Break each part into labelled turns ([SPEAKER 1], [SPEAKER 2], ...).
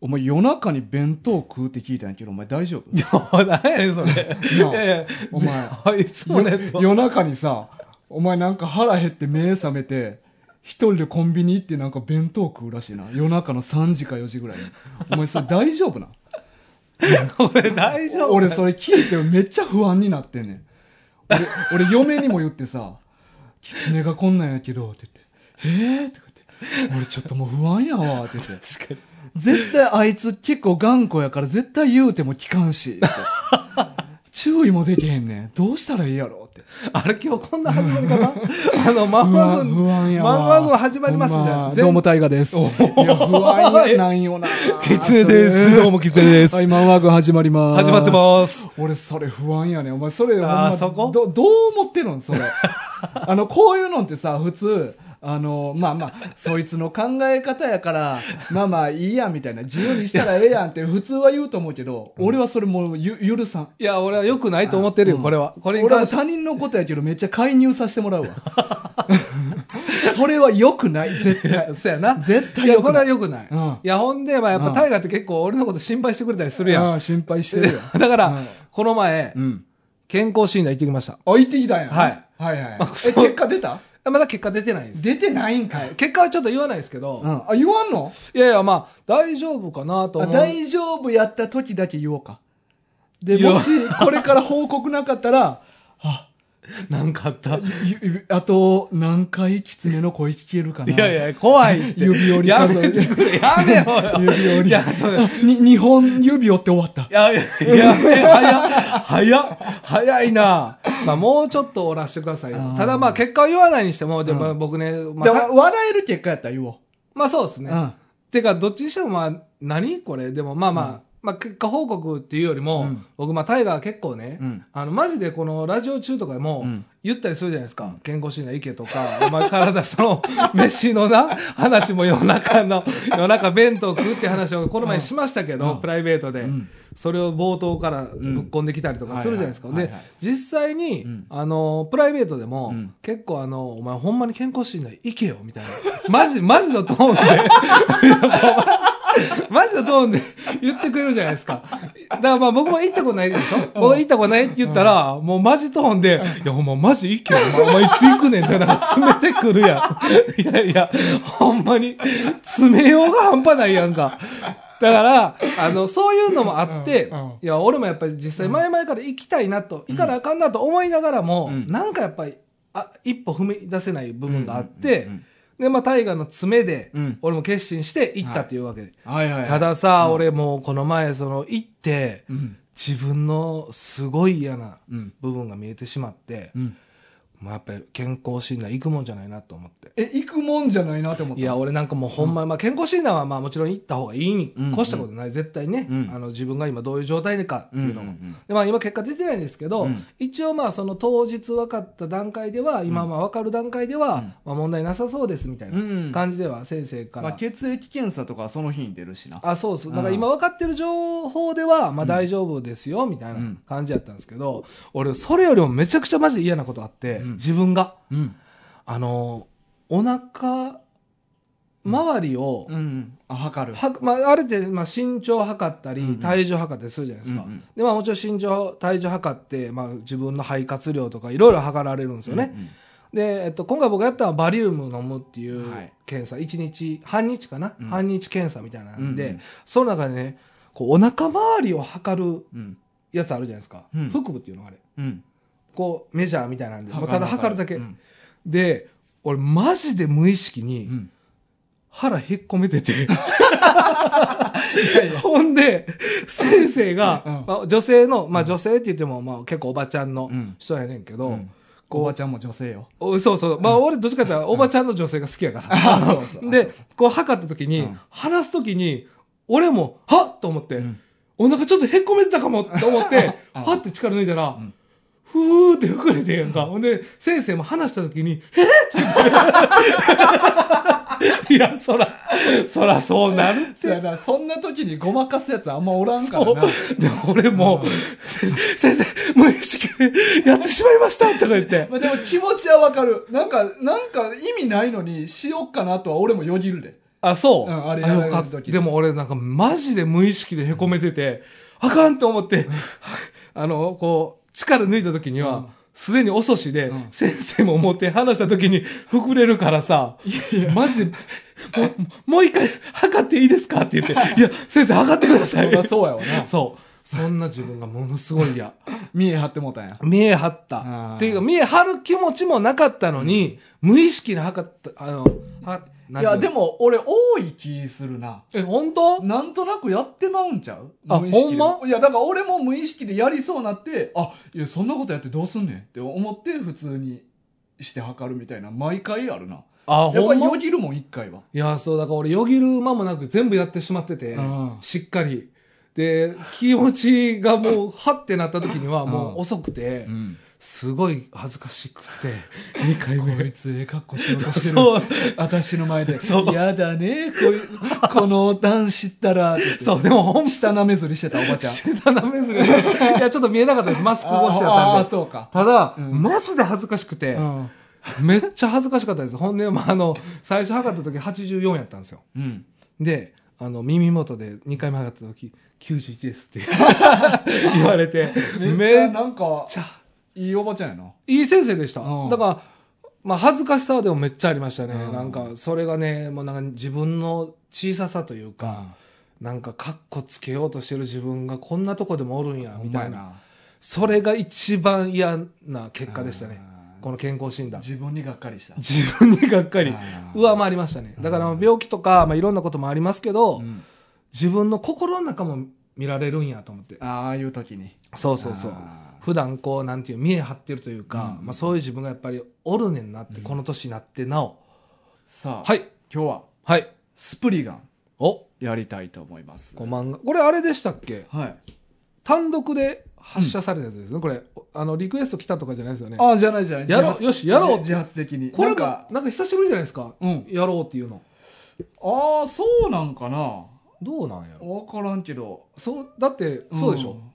[SPEAKER 1] 前夜中に弁当食うって聞いたんやけど、お前大丈夫
[SPEAKER 2] 何やねん、それ。い
[SPEAKER 1] なあ
[SPEAKER 2] やいや、
[SPEAKER 1] お前
[SPEAKER 2] あいつものやつは
[SPEAKER 1] 夜中にさ、お前なんか腹減って目覚めて、一人でコンビニ行ってなんか弁当食うらしいな。夜中の3時か4時ぐらいに。お前それ大丈夫な
[SPEAKER 2] 俺大丈夫
[SPEAKER 1] 俺それ聞いてめっちゃ不安になってんねん。俺、俺嫁にも言ってさ、キツネがこんなんやけど、って言って、えー、とか言って、俺ちょっともう不安やわ、って言って。
[SPEAKER 2] 確かに。
[SPEAKER 1] 絶対あいつ結構頑固やから絶対言うても聞かんし、って注意もできへんねん。どうしたらいいやろ、って。
[SPEAKER 2] あれ今日こんな始まり方あの、まん
[SPEAKER 1] 不
[SPEAKER 2] ま
[SPEAKER 1] 安、
[SPEAKER 2] 軍、
[SPEAKER 1] 不安やわ。
[SPEAKER 2] まんま軍始まりますみたいな
[SPEAKER 1] ほんま
[SPEAKER 2] 全
[SPEAKER 1] どうも大河です。いや、不安やなんよな。
[SPEAKER 2] キツネです。どうもキツネで
[SPEAKER 1] そ
[SPEAKER 2] す。
[SPEAKER 1] れ。は
[SPEAKER 2] 始
[SPEAKER 1] い、マンワグ始まります。
[SPEAKER 2] まってます。
[SPEAKER 1] す。俺、それ不安やねん。お前、それ、ほん
[SPEAKER 2] あー
[SPEAKER 1] ま
[SPEAKER 2] そこ
[SPEAKER 1] ど、どう思ってるんそれ。 あの、こういうのってさ、普通、あの、まあまあ、そいつの考え方やから、まあまあ、いいやんみたいな、自由にしたらええやんって普通は言うと思うけど、俺はそれもうゆ、許さん。
[SPEAKER 2] いや、俺は良くないと思ってるよ、
[SPEAKER 1] うん
[SPEAKER 2] これは。これに
[SPEAKER 1] 俺も
[SPEAKER 2] 関して。
[SPEAKER 1] 他人のことやけど、めっちゃ介入させてもらうわ。 それは良くない、絶対。
[SPEAKER 2] そうやな。
[SPEAKER 1] 絶対
[SPEAKER 2] いや、
[SPEAKER 1] 良く
[SPEAKER 2] これ
[SPEAKER 1] な。
[SPEAKER 2] はい良くない。
[SPEAKER 1] うん
[SPEAKER 2] いや、ほんで、まあ、やっぱ、
[SPEAKER 1] うん
[SPEAKER 2] 大河って結構俺のこと心配してくれたりするやん。
[SPEAKER 1] ああ心配して
[SPEAKER 2] 。
[SPEAKER 1] るよ
[SPEAKER 2] だから、
[SPEAKER 1] うん
[SPEAKER 2] この前、
[SPEAKER 1] うん。
[SPEAKER 2] 健康診断行ってきました。
[SPEAKER 1] あ、行ってきたんや。
[SPEAKER 2] はい。
[SPEAKER 1] はいはい
[SPEAKER 2] あ。そ
[SPEAKER 1] え、
[SPEAKER 2] う
[SPEAKER 1] 結果出た
[SPEAKER 2] まだ結果出てないんです。
[SPEAKER 1] 出てないんか
[SPEAKER 2] はいい。。結果はちょっと言わないですけど、
[SPEAKER 1] うん。あ、言わんの
[SPEAKER 2] いやいや、まあ、大丈夫かなと
[SPEAKER 1] あ
[SPEAKER 2] 思う。
[SPEAKER 1] 大丈夫やった時だけ言おうか。で、
[SPEAKER 2] 言おう
[SPEAKER 1] もし、これから報告なかったら、 あ、
[SPEAKER 2] なんかあった。い
[SPEAKER 1] ゆゆあと、何回きつめの声聞けるかな。
[SPEAKER 2] やいや、怖いって。
[SPEAKER 1] 指折り
[SPEAKER 2] や
[SPEAKER 1] 数え
[SPEAKER 2] め
[SPEAKER 1] て
[SPEAKER 2] てくれ。やめよう
[SPEAKER 1] 指
[SPEAKER 2] よ。
[SPEAKER 1] 折り。
[SPEAKER 2] いや、そう
[SPEAKER 1] に、 二本指折って終わった
[SPEAKER 2] い。や、いや、やめ、早っ、早っ、早いな。まあ、もうちょっとおらしてくださいよ
[SPEAKER 1] あー
[SPEAKER 2] ただまあ、結果を言わないにしても、で
[SPEAKER 1] うん
[SPEAKER 2] まあ僕ね、ま
[SPEAKER 1] で
[SPEAKER 2] あ、
[SPEAKER 1] わ
[SPEAKER 2] た
[SPEAKER 1] 笑える結果やったら言おう。
[SPEAKER 2] まあそうです
[SPEAKER 1] う
[SPEAKER 2] ね。
[SPEAKER 1] ん。
[SPEAKER 2] てか、どっちにしてもまあ、何これ。でもまあまあ、まあ結果報告っていうよりも、
[SPEAKER 1] うん
[SPEAKER 2] 僕まあ、タイガー結構ね、
[SPEAKER 1] うん
[SPEAKER 2] あの、マジでこのラジオ中とかでも、
[SPEAKER 1] うん
[SPEAKER 2] 言ったりするじゃないですか。健康診断行けとか、お前体その、飯の な、話も夜中の、夜中弁当食うって話をこの前しましたけど、
[SPEAKER 1] うん
[SPEAKER 2] プライベートで、
[SPEAKER 1] うん
[SPEAKER 2] それを冒頭からぶっこんできたりとかするじゃないですか。
[SPEAKER 1] うんはいはい
[SPEAKER 2] で
[SPEAKER 1] はいはい、
[SPEAKER 2] 実際に、
[SPEAKER 1] うん
[SPEAKER 2] あの、プライベートでも、
[SPEAKER 1] うん
[SPEAKER 2] 結構あの、お前ほんまに健康診断行けよ、みたいな。マジ、マジのトーンで。 マジのトーンで言ってくれるじゃないですか。だからまあ僕も行ったことないでしょ僕は行ったことないって言ったら、もうマジトーンで、いやほんまマジ行けよ。お前お前いつ行くねんってなんか詰めてくるやん。いやいや、ほんまに詰めようが半端ないやんか。だから、あの、そういうのもあって、
[SPEAKER 1] うんうん
[SPEAKER 2] いや、俺もやっぱり実際前々から行きたいなと、行かなあかんなと思いながらも、
[SPEAKER 1] うん
[SPEAKER 2] なんかやっぱり、あ、一歩踏み出せない部分があっ
[SPEAKER 1] う
[SPEAKER 2] て、
[SPEAKER 1] んうんうん
[SPEAKER 2] で、まあ、大河の爪で、
[SPEAKER 1] うん
[SPEAKER 2] 俺も決心して行ったっていうわけで。
[SPEAKER 1] はいはいはい。
[SPEAKER 2] たださ、俺もうこの前、その、行って、
[SPEAKER 1] うん、
[SPEAKER 2] 自分のすごい嫌な
[SPEAKER 1] うん、
[SPEAKER 2] 部分が見えてしまって、
[SPEAKER 1] うん。
[SPEAKER 2] まあ、やっぱり健康診断行くもんじゃないなと思って。
[SPEAKER 1] え、行くもんじゃないなって思った。
[SPEAKER 2] いや、俺なんかもうほんま、まあ健康診断はまあもちろん行った方がいいに
[SPEAKER 1] うん
[SPEAKER 2] 越したことない。絶対ね、
[SPEAKER 1] うん
[SPEAKER 2] あの自分が今どういう状態かっていうのも。
[SPEAKER 1] うんうんうん
[SPEAKER 2] でまあ今結果出てないんですけど、
[SPEAKER 1] うん
[SPEAKER 2] 一応まあその当日分かった段階では、今まあ分かる段階では、
[SPEAKER 1] うん
[SPEAKER 2] まあ問題なさそうですみたい
[SPEAKER 1] うん
[SPEAKER 2] な感じでは先生から。
[SPEAKER 1] まあ、血液検査とかはその日に出るしな。
[SPEAKER 2] あそうそう
[SPEAKER 1] うん
[SPEAKER 2] だから今分かってる情報では、まあ、大丈夫ですよみたい
[SPEAKER 1] うん
[SPEAKER 2] な感じやったんですけど、俺それよりもめちゃくちゃマジで嫌なことあって、
[SPEAKER 1] うん
[SPEAKER 2] 自分が
[SPEAKER 1] うん。
[SPEAKER 2] あのお腹周りを、
[SPEAKER 1] うん。あ、測る。
[SPEAKER 2] はまあ、あれって、まあ、身長測っ
[SPEAKER 1] う
[SPEAKER 2] た
[SPEAKER 1] んう
[SPEAKER 2] り
[SPEAKER 1] ん
[SPEAKER 2] 体重測ったりするじゃないですか、
[SPEAKER 1] うんうん
[SPEAKER 2] でまあ、もちろん身長体重測って、まあ、自分の肺活量とかいろいろ測られるんですよね、で、えっと、今回僕やったのはバリウム飲むっていう
[SPEAKER 1] はい
[SPEAKER 2] 検査、一日半日かな、
[SPEAKER 1] うん
[SPEAKER 2] 半日検査みたいなんで、
[SPEAKER 1] うんうん
[SPEAKER 2] その中でねこうお腹周りを測る
[SPEAKER 1] うん。うん。
[SPEAKER 2] やつあるじゃないですか、
[SPEAKER 1] うん
[SPEAKER 2] 腹部っていうのがあれ
[SPEAKER 1] うん。
[SPEAKER 2] こうメジャーみたいなんでもうた
[SPEAKER 1] 測
[SPEAKER 2] だ測るだけ、
[SPEAKER 1] うん。
[SPEAKER 2] で俺マジで無意識
[SPEAKER 1] う
[SPEAKER 2] に
[SPEAKER 1] ん
[SPEAKER 2] 腹へっこめ てて、
[SPEAKER 1] いやいや。
[SPEAKER 2] ほんで先生が、
[SPEAKER 1] うん
[SPEAKER 2] まあ女性の、まあ、女性って言っても、まあ、結構おばちゃんの
[SPEAKER 1] うん
[SPEAKER 2] 人やねんけど、
[SPEAKER 1] うんお
[SPEAKER 2] こ
[SPEAKER 1] ば
[SPEAKER 2] う
[SPEAKER 1] ちゃんも女性よ。
[SPEAKER 2] おそうそう。まあ、俺、どっちかって言ったら、おばちゃんの女性が好きやから。
[SPEAKER 1] あそう そう
[SPEAKER 2] で、こう、測った時に、
[SPEAKER 1] うん
[SPEAKER 2] 話す時に、俺も、はっと思って、
[SPEAKER 1] うん
[SPEAKER 2] お腹ちょっとへっこめてたかもって思って、
[SPEAKER 1] うん
[SPEAKER 2] はって力抜いたら、
[SPEAKER 1] ん
[SPEAKER 2] ふーって膨れてんやんか。ほんで、先生も話した時に、えーって 言って。いや、そら、そらそうなるっ
[SPEAKER 1] い
[SPEAKER 2] て
[SPEAKER 1] や、。だからそんな時にごまかすやつあんまおらんか
[SPEAKER 2] そ
[SPEAKER 1] ら
[SPEAKER 2] う
[SPEAKER 1] な。。
[SPEAKER 2] でも俺も、 先生、無意識でやってしまいましたとか言って。
[SPEAKER 1] まあ でも気持ちはわかる。なんか、なんか意味ないのにしよっかなとは俺もよぎるで。
[SPEAKER 2] あ、そ
[SPEAKER 1] う
[SPEAKER 2] う。
[SPEAKER 1] んあれやられ
[SPEAKER 2] よ
[SPEAKER 1] る
[SPEAKER 2] か
[SPEAKER 1] 時
[SPEAKER 2] った。でも俺なんかマジで無意識で凹めてて、あかんと思って、 あの、こう、力抜いた時に
[SPEAKER 1] うん
[SPEAKER 2] は、すでに遅しで、
[SPEAKER 1] うん
[SPEAKER 2] 先生も思って話した時に膨れるからさ、マジで、もうもう一回測っていいですかって 言って、いや、先生測ってくださ
[SPEAKER 1] そりゃ
[SPEAKER 2] い。
[SPEAKER 1] そうやわな。
[SPEAKER 2] そう。そんな自分がものすごい嫌。
[SPEAKER 1] 見え張ってもうたんや。
[SPEAKER 2] 見え張っ
[SPEAKER 1] あー
[SPEAKER 2] た。っていうか、見え張る気持ちもなかったのに、無意識に測った、あの、は、なん
[SPEAKER 1] い
[SPEAKER 2] てう
[SPEAKER 1] や、
[SPEAKER 2] の
[SPEAKER 1] でも俺多い気するな。
[SPEAKER 2] え、本当
[SPEAKER 1] なんとなくやってまうんちゃう
[SPEAKER 2] あ
[SPEAKER 1] 無意識で
[SPEAKER 2] ほん
[SPEAKER 1] いや、だから俺も無意識でやりそうなって、あ、いや、そんなことやってどうすんねんって思って普通にして測るみたいな、毎回あるな。
[SPEAKER 2] あ、
[SPEAKER 1] やっ
[SPEAKER 2] ほ
[SPEAKER 1] ぱ
[SPEAKER 2] ん
[SPEAKER 1] り
[SPEAKER 2] ま
[SPEAKER 1] よぎるもん、一回は。
[SPEAKER 2] いや、そう、だから俺、よぎる間もなく全部やってしまってて
[SPEAKER 1] うん、
[SPEAKER 2] しっかり。で、気持ちがもう、はってなった時には、
[SPEAKER 1] うん
[SPEAKER 2] もう遅くて、
[SPEAKER 1] ん。
[SPEAKER 2] すごい恥ずかしくて、2回
[SPEAKER 1] こい
[SPEAKER 2] 目。
[SPEAKER 1] つ、ええ格好しようとしてる。
[SPEAKER 2] そう、
[SPEAKER 1] 私の前で。
[SPEAKER 2] そう
[SPEAKER 1] やだね、こういう、この男子ったら、って言って
[SPEAKER 2] そう、でも、ほんま
[SPEAKER 1] 下なめずりしてたおばちゃん。
[SPEAKER 2] してたなめずれ。いや、ちょっと見えなかったです。マスク越し
[SPEAKER 1] あ
[SPEAKER 2] や
[SPEAKER 1] あ、
[SPEAKER 2] ったんで。
[SPEAKER 1] そうか。
[SPEAKER 2] ただ、
[SPEAKER 1] うん
[SPEAKER 2] マジで恥ずかしくて、
[SPEAKER 1] ん。
[SPEAKER 2] めっちゃ恥ずかしかったです。ほんで、まあ、あの、最初測った時84やったんですよ。
[SPEAKER 1] うん。
[SPEAKER 2] で、あの、耳元で2回目上がった時、91ですって 言われて、
[SPEAKER 1] めっち
[SPEAKER 2] め
[SPEAKER 1] ゃ、
[SPEAKER 2] っ
[SPEAKER 1] なんか、
[SPEAKER 2] ちゃ、
[SPEAKER 1] いいおばちゃんやな。
[SPEAKER 2] いい先生でした。
[SPEAKER 1] うん
[SPEAKER 2] だから、まあ、恥ずかしさはでもめっちゃありましたね。
[SPEAKER 1] うん
[SPEAKER 2] なんか、それがね、もうなんか自分の小ささというか、なんか、カッコつけようとしてる自分がこんなとこでもおるんや、
[SPEAKER 1] ほ
[SPEAKER 2] み
[SPEAKER 1] ん
[SPEAKER 2] た
[SPEAKER 1] ま
[SPEAKER 2] い
[SPEAKER 1] や
[SPEAKER 2] な。
[SPEAKER 1] な。
[SPEAKER 2] それが一番嫌な結果でしたね。
[SPEAKER 1] あー
[SPEAKER 2] この健康診断。
[SPEAKER 1] 自分にがっかりした。
[SPEAKER 2] 自分にがっかり
[SPEAKER 1] あー
[SPEAKER 2] 上回りましたね。だから、病気とか、まあ、いろんなこともありますけど、
[SPEAKER 1] うん
[SPEAKER 2] 自分の心の中も見られるんやと思って。
[SPEAKER 1] ああいう時に。
[SPEAKER 2] そうそうそう
[SPEAKER 1] あ。ー
[SPEAKER 2] 普段こう、なんていう、見え張ってるというか、
[SPEAKER 1] うん
[SPEAKER 2] まあそういう自分がやっぱりおるねんなって、この年になってなお。
[SPEAKER 1] さあ、
[SPEAKER 2] はい。
[SPEAKER 1] 今日は
[SPEAKER 2] はい。
[SPEAKER 1] スプリガン
[SPEAKER 2] お、
[SPEAKER 1] やりたいと思います。
[SPEAKER 2] こう漫画。これあれでしたっけ
[SPEAKER 1] はい。
[SPEAKER 2] 単独で発射されたやつですね。これ、あの、リクエスト来たとかじゃないですよね。
[SPEAKER 1] ああ、じゃないじゃない。
[SPEAKER 2] やろう
[SPEAKER 1] 自発
[SPEAKER 2] よしやろう
[SPEAKER 1] 自自発的に。
[SPEAKER 2] これ
[SPEAKER 1] な
[SPEAKER 2] も
[SPEAKER 1] んか、
[SPEAKER 2] なんか久しぶりじゃないですか。
[SPEAKER 1] うん。
[SPEAKER 2] やろうっていうの。
[SPEAKER 1] ああ、そうなんかな。
[SPEAKER 2] どうなんやろ。
[SPEAKER 1] わからんけど。
[SPEAKER 2] そう、だって、そうでしょ。
[SPEAKER 1] ん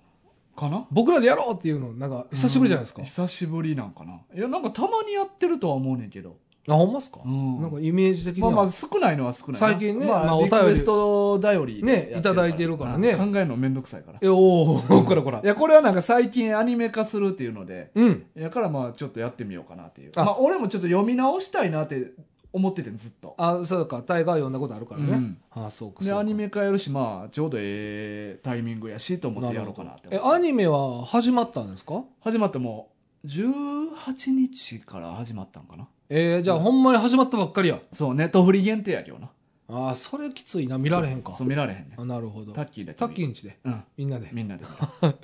[SPEAKER 1] かな
[SPEAKER 2] 僕らでやろうっていうの、なんか久しぶりじゃないですか
[SPEAKER 1] うん。久しぶりなんかな。いや、なんかたまにやってるとは思うねんけど。
[SPEAKER 2] あ、ほんまっすか
[SPEAKER 1] うん
[SPEAKER 2] なんかイメージ的に
[SPEAKER 1] ま
[SPEAKER 2] は。
[SPEAKER 1] あまあ少ないのは少ないな
[SPEAKER 2] 最近ね
[SPEAKER 1] まあ、
[SPEAKER 2] まあお
[SPEAKER 1] リ
[SPEAKER 2] 便り
[SPEAKER 1] クエスト頼り
[SPEAKER 2] ね
[SPEAKER 1] やってるから
[SPEAKER 2] いただいてるからね
[SPEAKER 1] あ考えるのめんどくさいから
[SPEAKER 2] え、おー、こらこら
[SPEAKER 1] い。やこれはなんか最近アニメ化するっていうので
[SPEAKER 2] うん。
[SPEAKER 1] やからまあちょっとやってみようかなっていう
[SPEAKER 2] あ
[SPEAKER 1] まあ俺もちょっと読み直したいなって思っててずっと
[SPEAKER 2] あそうかタイガー読んだことあるからね、
[SPEAKER 1] うん
[SPEAKER 2] あそうかそう
[SPEAKER 1] で
[SPEAKER 2] か
[SPEAKER 1] アニメ化やるしまあちょうどええタイミングやしと思ってやろうかなって
[SPEAKER 2] えアニメは始まったんですか
[SPEAKER 1] 始まってもう18日から始まったんかな
[SPEAKER 2] えー、じゃあ、
[SPEAKER 1] うん
[SPEAKER 2] ほんまに始まったばっかりや
[SPEAKER 1] そうネットフリ限定やけどな
[SPEAKER 2] ああそれきついな見られへんか
[SPEAKER 1] そう見られへんね
[SPEAKER 2] あなるほど
[SPEAKER 1] タ
[SPEAKER 2] タ
[SPEAKER 1] ッキーだけ
[SPEAKER 2] ッキーんちで
[SPEAKER 1] うん
[SPEAKER 2] みんなで
[SPEAKER 1] みんなで見る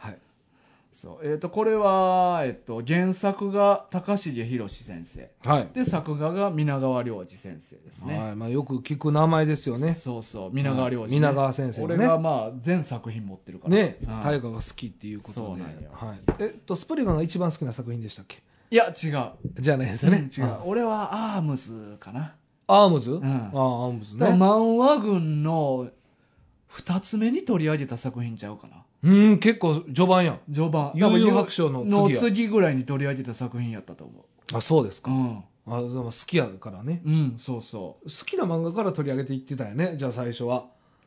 [SPEAKER 2] はい
[SPEAKER 1] そう。えっ、と、これは、えっと、原作が高重宏先生。
[SPEAKER 2] はい、
[SPEAKER 1] で、作画が皆川良二先生ですね。
[SPEAKER 2] はいまあ、よく聞く名前ですよね
[SPEAKER 1] そうそう、皆川良二、ね。
[SPEAKER 2] 皆川先生の
[SPEAKER 1] 俺
[SPEAKER 2] ね
[SPEAKER 1] がまあ、全作品持ってるから。
[SPEAKER 2] ね
[SPEAKER 1] うん
[SPEAKER 2] タイガーが好きっていうことで
[SPEAKER 1] そうなんよ
[SPEAKER 2] はい、えっとスプリガンが一番好きな作品でしたっけ
[SPEAKER 1] いや、違う。
[SPEAKER 2] じゃないですよね、
[SPEAKER 1] うん違う
[SPEAKER 2] あ。
[SPEAKER 1] 俺はアームズかな。
[SPEAKER 2] アームズ、
[SPEAKER 1] ん
[SPEAKER 2] ああアームズ
[SPEAKER 1] だから
[SPEAKER 2] ね
[SPEAKER 1] 漫画群の二つ目に取り上げた作品ちゃうかな。
[SPEAKER 2] うん結構序盤やん
[SPEAKER 1] 序盤。
[SPEAKER 2] 幽遊白書の次や
[SPEAKER 1] の次ぐらいに取り上げた作品やったと思
[SPEAKER 2] あそうです
[SPEAKER 1] う。う
[SPEAKER 2] か、
[SPEAKER 1] ん。
[SPEAKER 2] あでも好きやからね
[SPEAKER 1] うん、そうそう。
[SPEAKER 2] 好きな漫画から取り上げていってたよねじゃあ最初は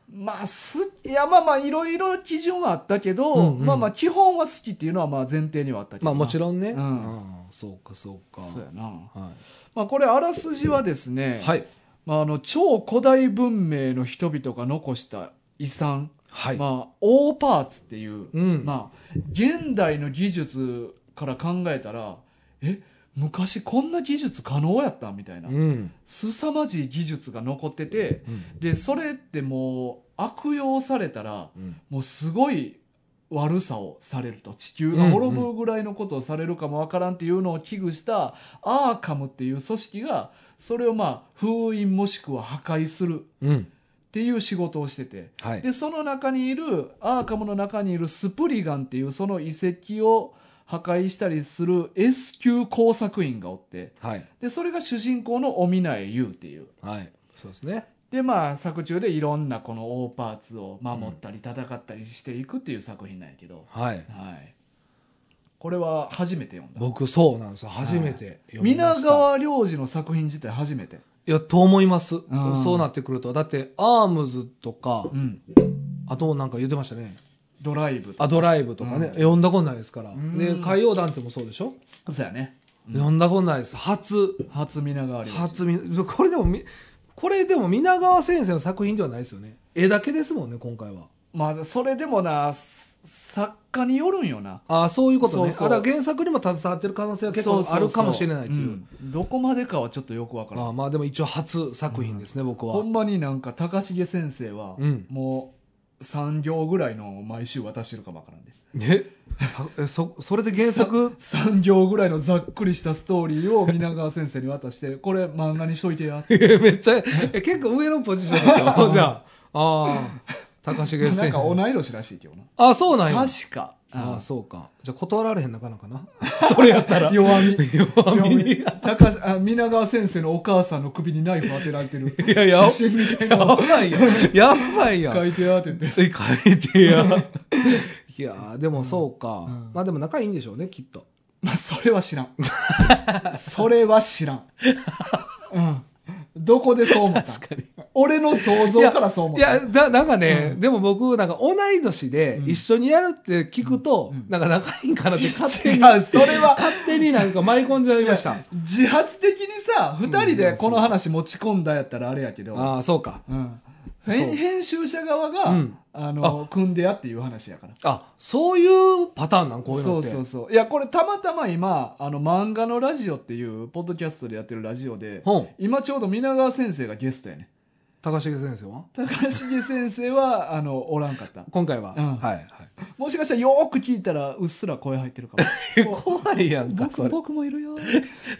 [SPEAKER 1] まあ、す、いや、まあまあ、いろいろ基準はあったけど、
[SPEAKER 2] うんうん
[SPEAKER 1] まあまあ、基本は好きっていうのはまあ前提にはあったけど。
[SPEAKER 2] まあもち
[SPEAKER 1] ろ
[SPEAKER 2] ろんね、
[SPEAKER 1] うん
[SPEAKER 2] ああそうかそうか
[SPEAKER 1] そうやな。
[SPEAKER 2] は
[SPEAKER 1] まあ、これ、あらすじはです
[SPEAKER 2] い、
[SPEAKER 1] ね、
[SPEAKER 2] はい
[SPEAKER 1] まあ、あの、超古代文明の人々が残した遺産、
[SPEAKER 2] はい
[SPEAKER 1] まあ、オーパーツっていう、
[SPEAKER 2] うん
[SPEAKER 1] まあ、現代の技術から考えたら、え、昔こんな技術可能やったみたいな
[SPEAKER 2] う、ん
[SPEAKER 1] 凄まじい技術が残ってて、で、それってもう、悪用されたら、
[SPEAKER 2] うん
[SPEAKER 1] もうすごい悪さをされると地球が滅ぶぐらいのことをされるかもわからんっていうのを危惧したアーカムっていう組織がそれをまあ封印もしくは破壊する
[SPEAKER 2] うん
[SPEAKER 1] っていう仕事をしてて
[SPEAKER 2] はい
[SPEAKER 1] でその中にいるアーカムの中にいるスプリガンっていうその遺跡を破壊したりする S 級工作員がおって
[SPEAKER 2] はい
[SPEAKER 1] でそれが主人公の尾内優っていう
[SPEAKER 2] はいそうですね
[SPEAKER 1] でまあ作中でいろんなこのオーパーツを守ったり戦ったりしていくっていう作品なんやけど、
[SPEAKER 2] はい
[SPEAKER 1] はい、これは初めて読んだ
[SPEAKER 2] 僕そうなんですよ初めて読みま
[SPEAKER 1] 皆
[SPEAKER 2] した
[SPEAKER 1] 川良二の作品自体初めて
[SPEAKER 2] いや、と思います。
[SPEAKER 1] ん
[SPEAKER 2] そうなってくると。だって、アームズとか
[SPEAKER 1] う、ん。
[SPEAKER 2] あとなんか言ってましたね。
[SPEAKER 1] ドライブと
[SPEAKER 2] あ、ドライブとかね。読んだことないですから。
[SPEAKER 1] ん
[SPEAKER 2] で、海洋団ってもそうでしょ
[SPEAKER 1] そうやね。
[SPEAKER 2] 読んだことないです。初、
[SPEAKER 1] 初見長あり
[SPEAKER 2] 初見、これでもみ、これでも皆川先生の作品ではないですよね。絵だけですもんね、今回は。
[SPEAKER 1] まあ、それでもな、す作家によるんよな。
[SPEAKER 2] ああ、そういうことね。
[SPEAKER 1] そうそう
[SPEAKER 2] あだから原作にも携わってる可能性は結
[SPEAKER 1] そう
[SPEAKER 2] 構
[SPEAKER 1] そうそう
[SPEAKER 2] あるかもしれないという。
[SPEAKER 1] んどこまでかはちょっとよくわから
[SPEAKER 2] あ
[SPEAKER 1] ん。
[SPEAKER 2] あまあでも一応初作品ですね、僕
[SPEAKER 1] ほ
[SPEAKER 2] は。
[SPEAKER 1] んまになんか、高重先生は、
[SPEAKER 2] うん
[SPEAKER 1] もう、3行ぐらいの毎週渡してるかもわからんで。
[SPEAKER 2] えはえそ、それで原作
[SPEAKER 1] 3行ぐらいのざっくりしたストーリーを皆川先生に渡して、これ漫画にしといてや。
[SPEAKER 2] えめっちゃ、え結構上のポジションでし ょじゃあ。ああ、高重 先生。
[SPEAKER 1] なんか同い年らしいけどな。
[SPEAKER 2] あ、そうなんや。
[SPEAKER 1] 確か。
[SPEAKER 2] ああ、
[SPEAKER 1] あ
[SPEAKER 2] そうか。じゃあ断られへんなかな かな。それやった ら。
[SPEAKER 1] 弱み。
[SPEAKER 2] 弱みに。
[SPEAKER 1] 高橋あ皆川先生のお母さんの首にナイフ当てられてる
[SPEAKER 2] いやいや
[SPEAKER 1] 写真みたいな
[SPEAKER 2] や
[SPEAKER 1] の
[SPEAKER 2] ばいやん。やばいやん。
[SPEAKER 1] 書いてあってて。
[SPEAKER 2] え書いてや。 いやーでもそうか、
[SPEAKER 1] うん
[SPEAKER 2] まあでも仲いいんでしょうね、きっ と。
[SPEAKER 1] まあ、それは知ら ん。それは知らん。うん。どこでそう思ったん
[SPEAKER 2] 確かに。
[SPEAKER 1] 俺の想像からそう思っ
[SPEAKER 2] い
[SPEAKER 1] た。
[SPEAKER 2] や、だなんかね、
[SPEAKER 1] う
[SPEAKER 2] でも僕、なんか同い年で
[SPEAKER 1] うん
[SPEAKER 2] 一緒にやるって聞くと、
[SPEAKER 1] うんうん
[SPEAKER 2] なんか仲いいんか なって勝手に、
[SPEAKER 1] 違うそれは
[SPEAKER 2] 勝手になんか舞い込んじゃいました。
[SPEAKER 1] 自発的にさ、二人でこの話持ち込んだやったらあれやけど、
[SPEAKER 2] ああ、そうか。
[SPEAKER 1] うん。
[SPEAKER 2] そう
[SPEAKER 1] 編編集者側が、
[SPEAKER 2] うん
[SPEAKER 1] あの、組んでやっていう話やから。
[SPEAKER 2] あ、そういうパターンなんこういう
[SPEAKER 1] そ
[SPEAKER 2] のっ
[SPEAKER 1] う
[SPEAKER 2] て。
[SPEAKER 1] そうそう。いや、これたまたま今、あの、漫画のラジオっていう、ポッドキャストでやってるラジオで、
[SPEAKER 2] ほん
[SPEAKER 1] 今ちょうど皆川先生がゲストやね。
[SPEAKER 2] 高重先生は
[SPEAKER 1] 高重先生は、あの、おらんかった。
[SPEAKER 2] 今回は、
[SPEAKER 1] うん
[SPEAKER 2] はい、はい。
[SPEAKER 1] もしかしたらよーく聞いたら、うっすら声入ってる か
[SPEAKER 2] え
[SPEAKER 1] も。
[SPEAKER 2] 怖いやんか、
[SPEAKER 1] 僕
[SPEAKER 2] それ。
[SPEAKER 1] 僕もいるよ。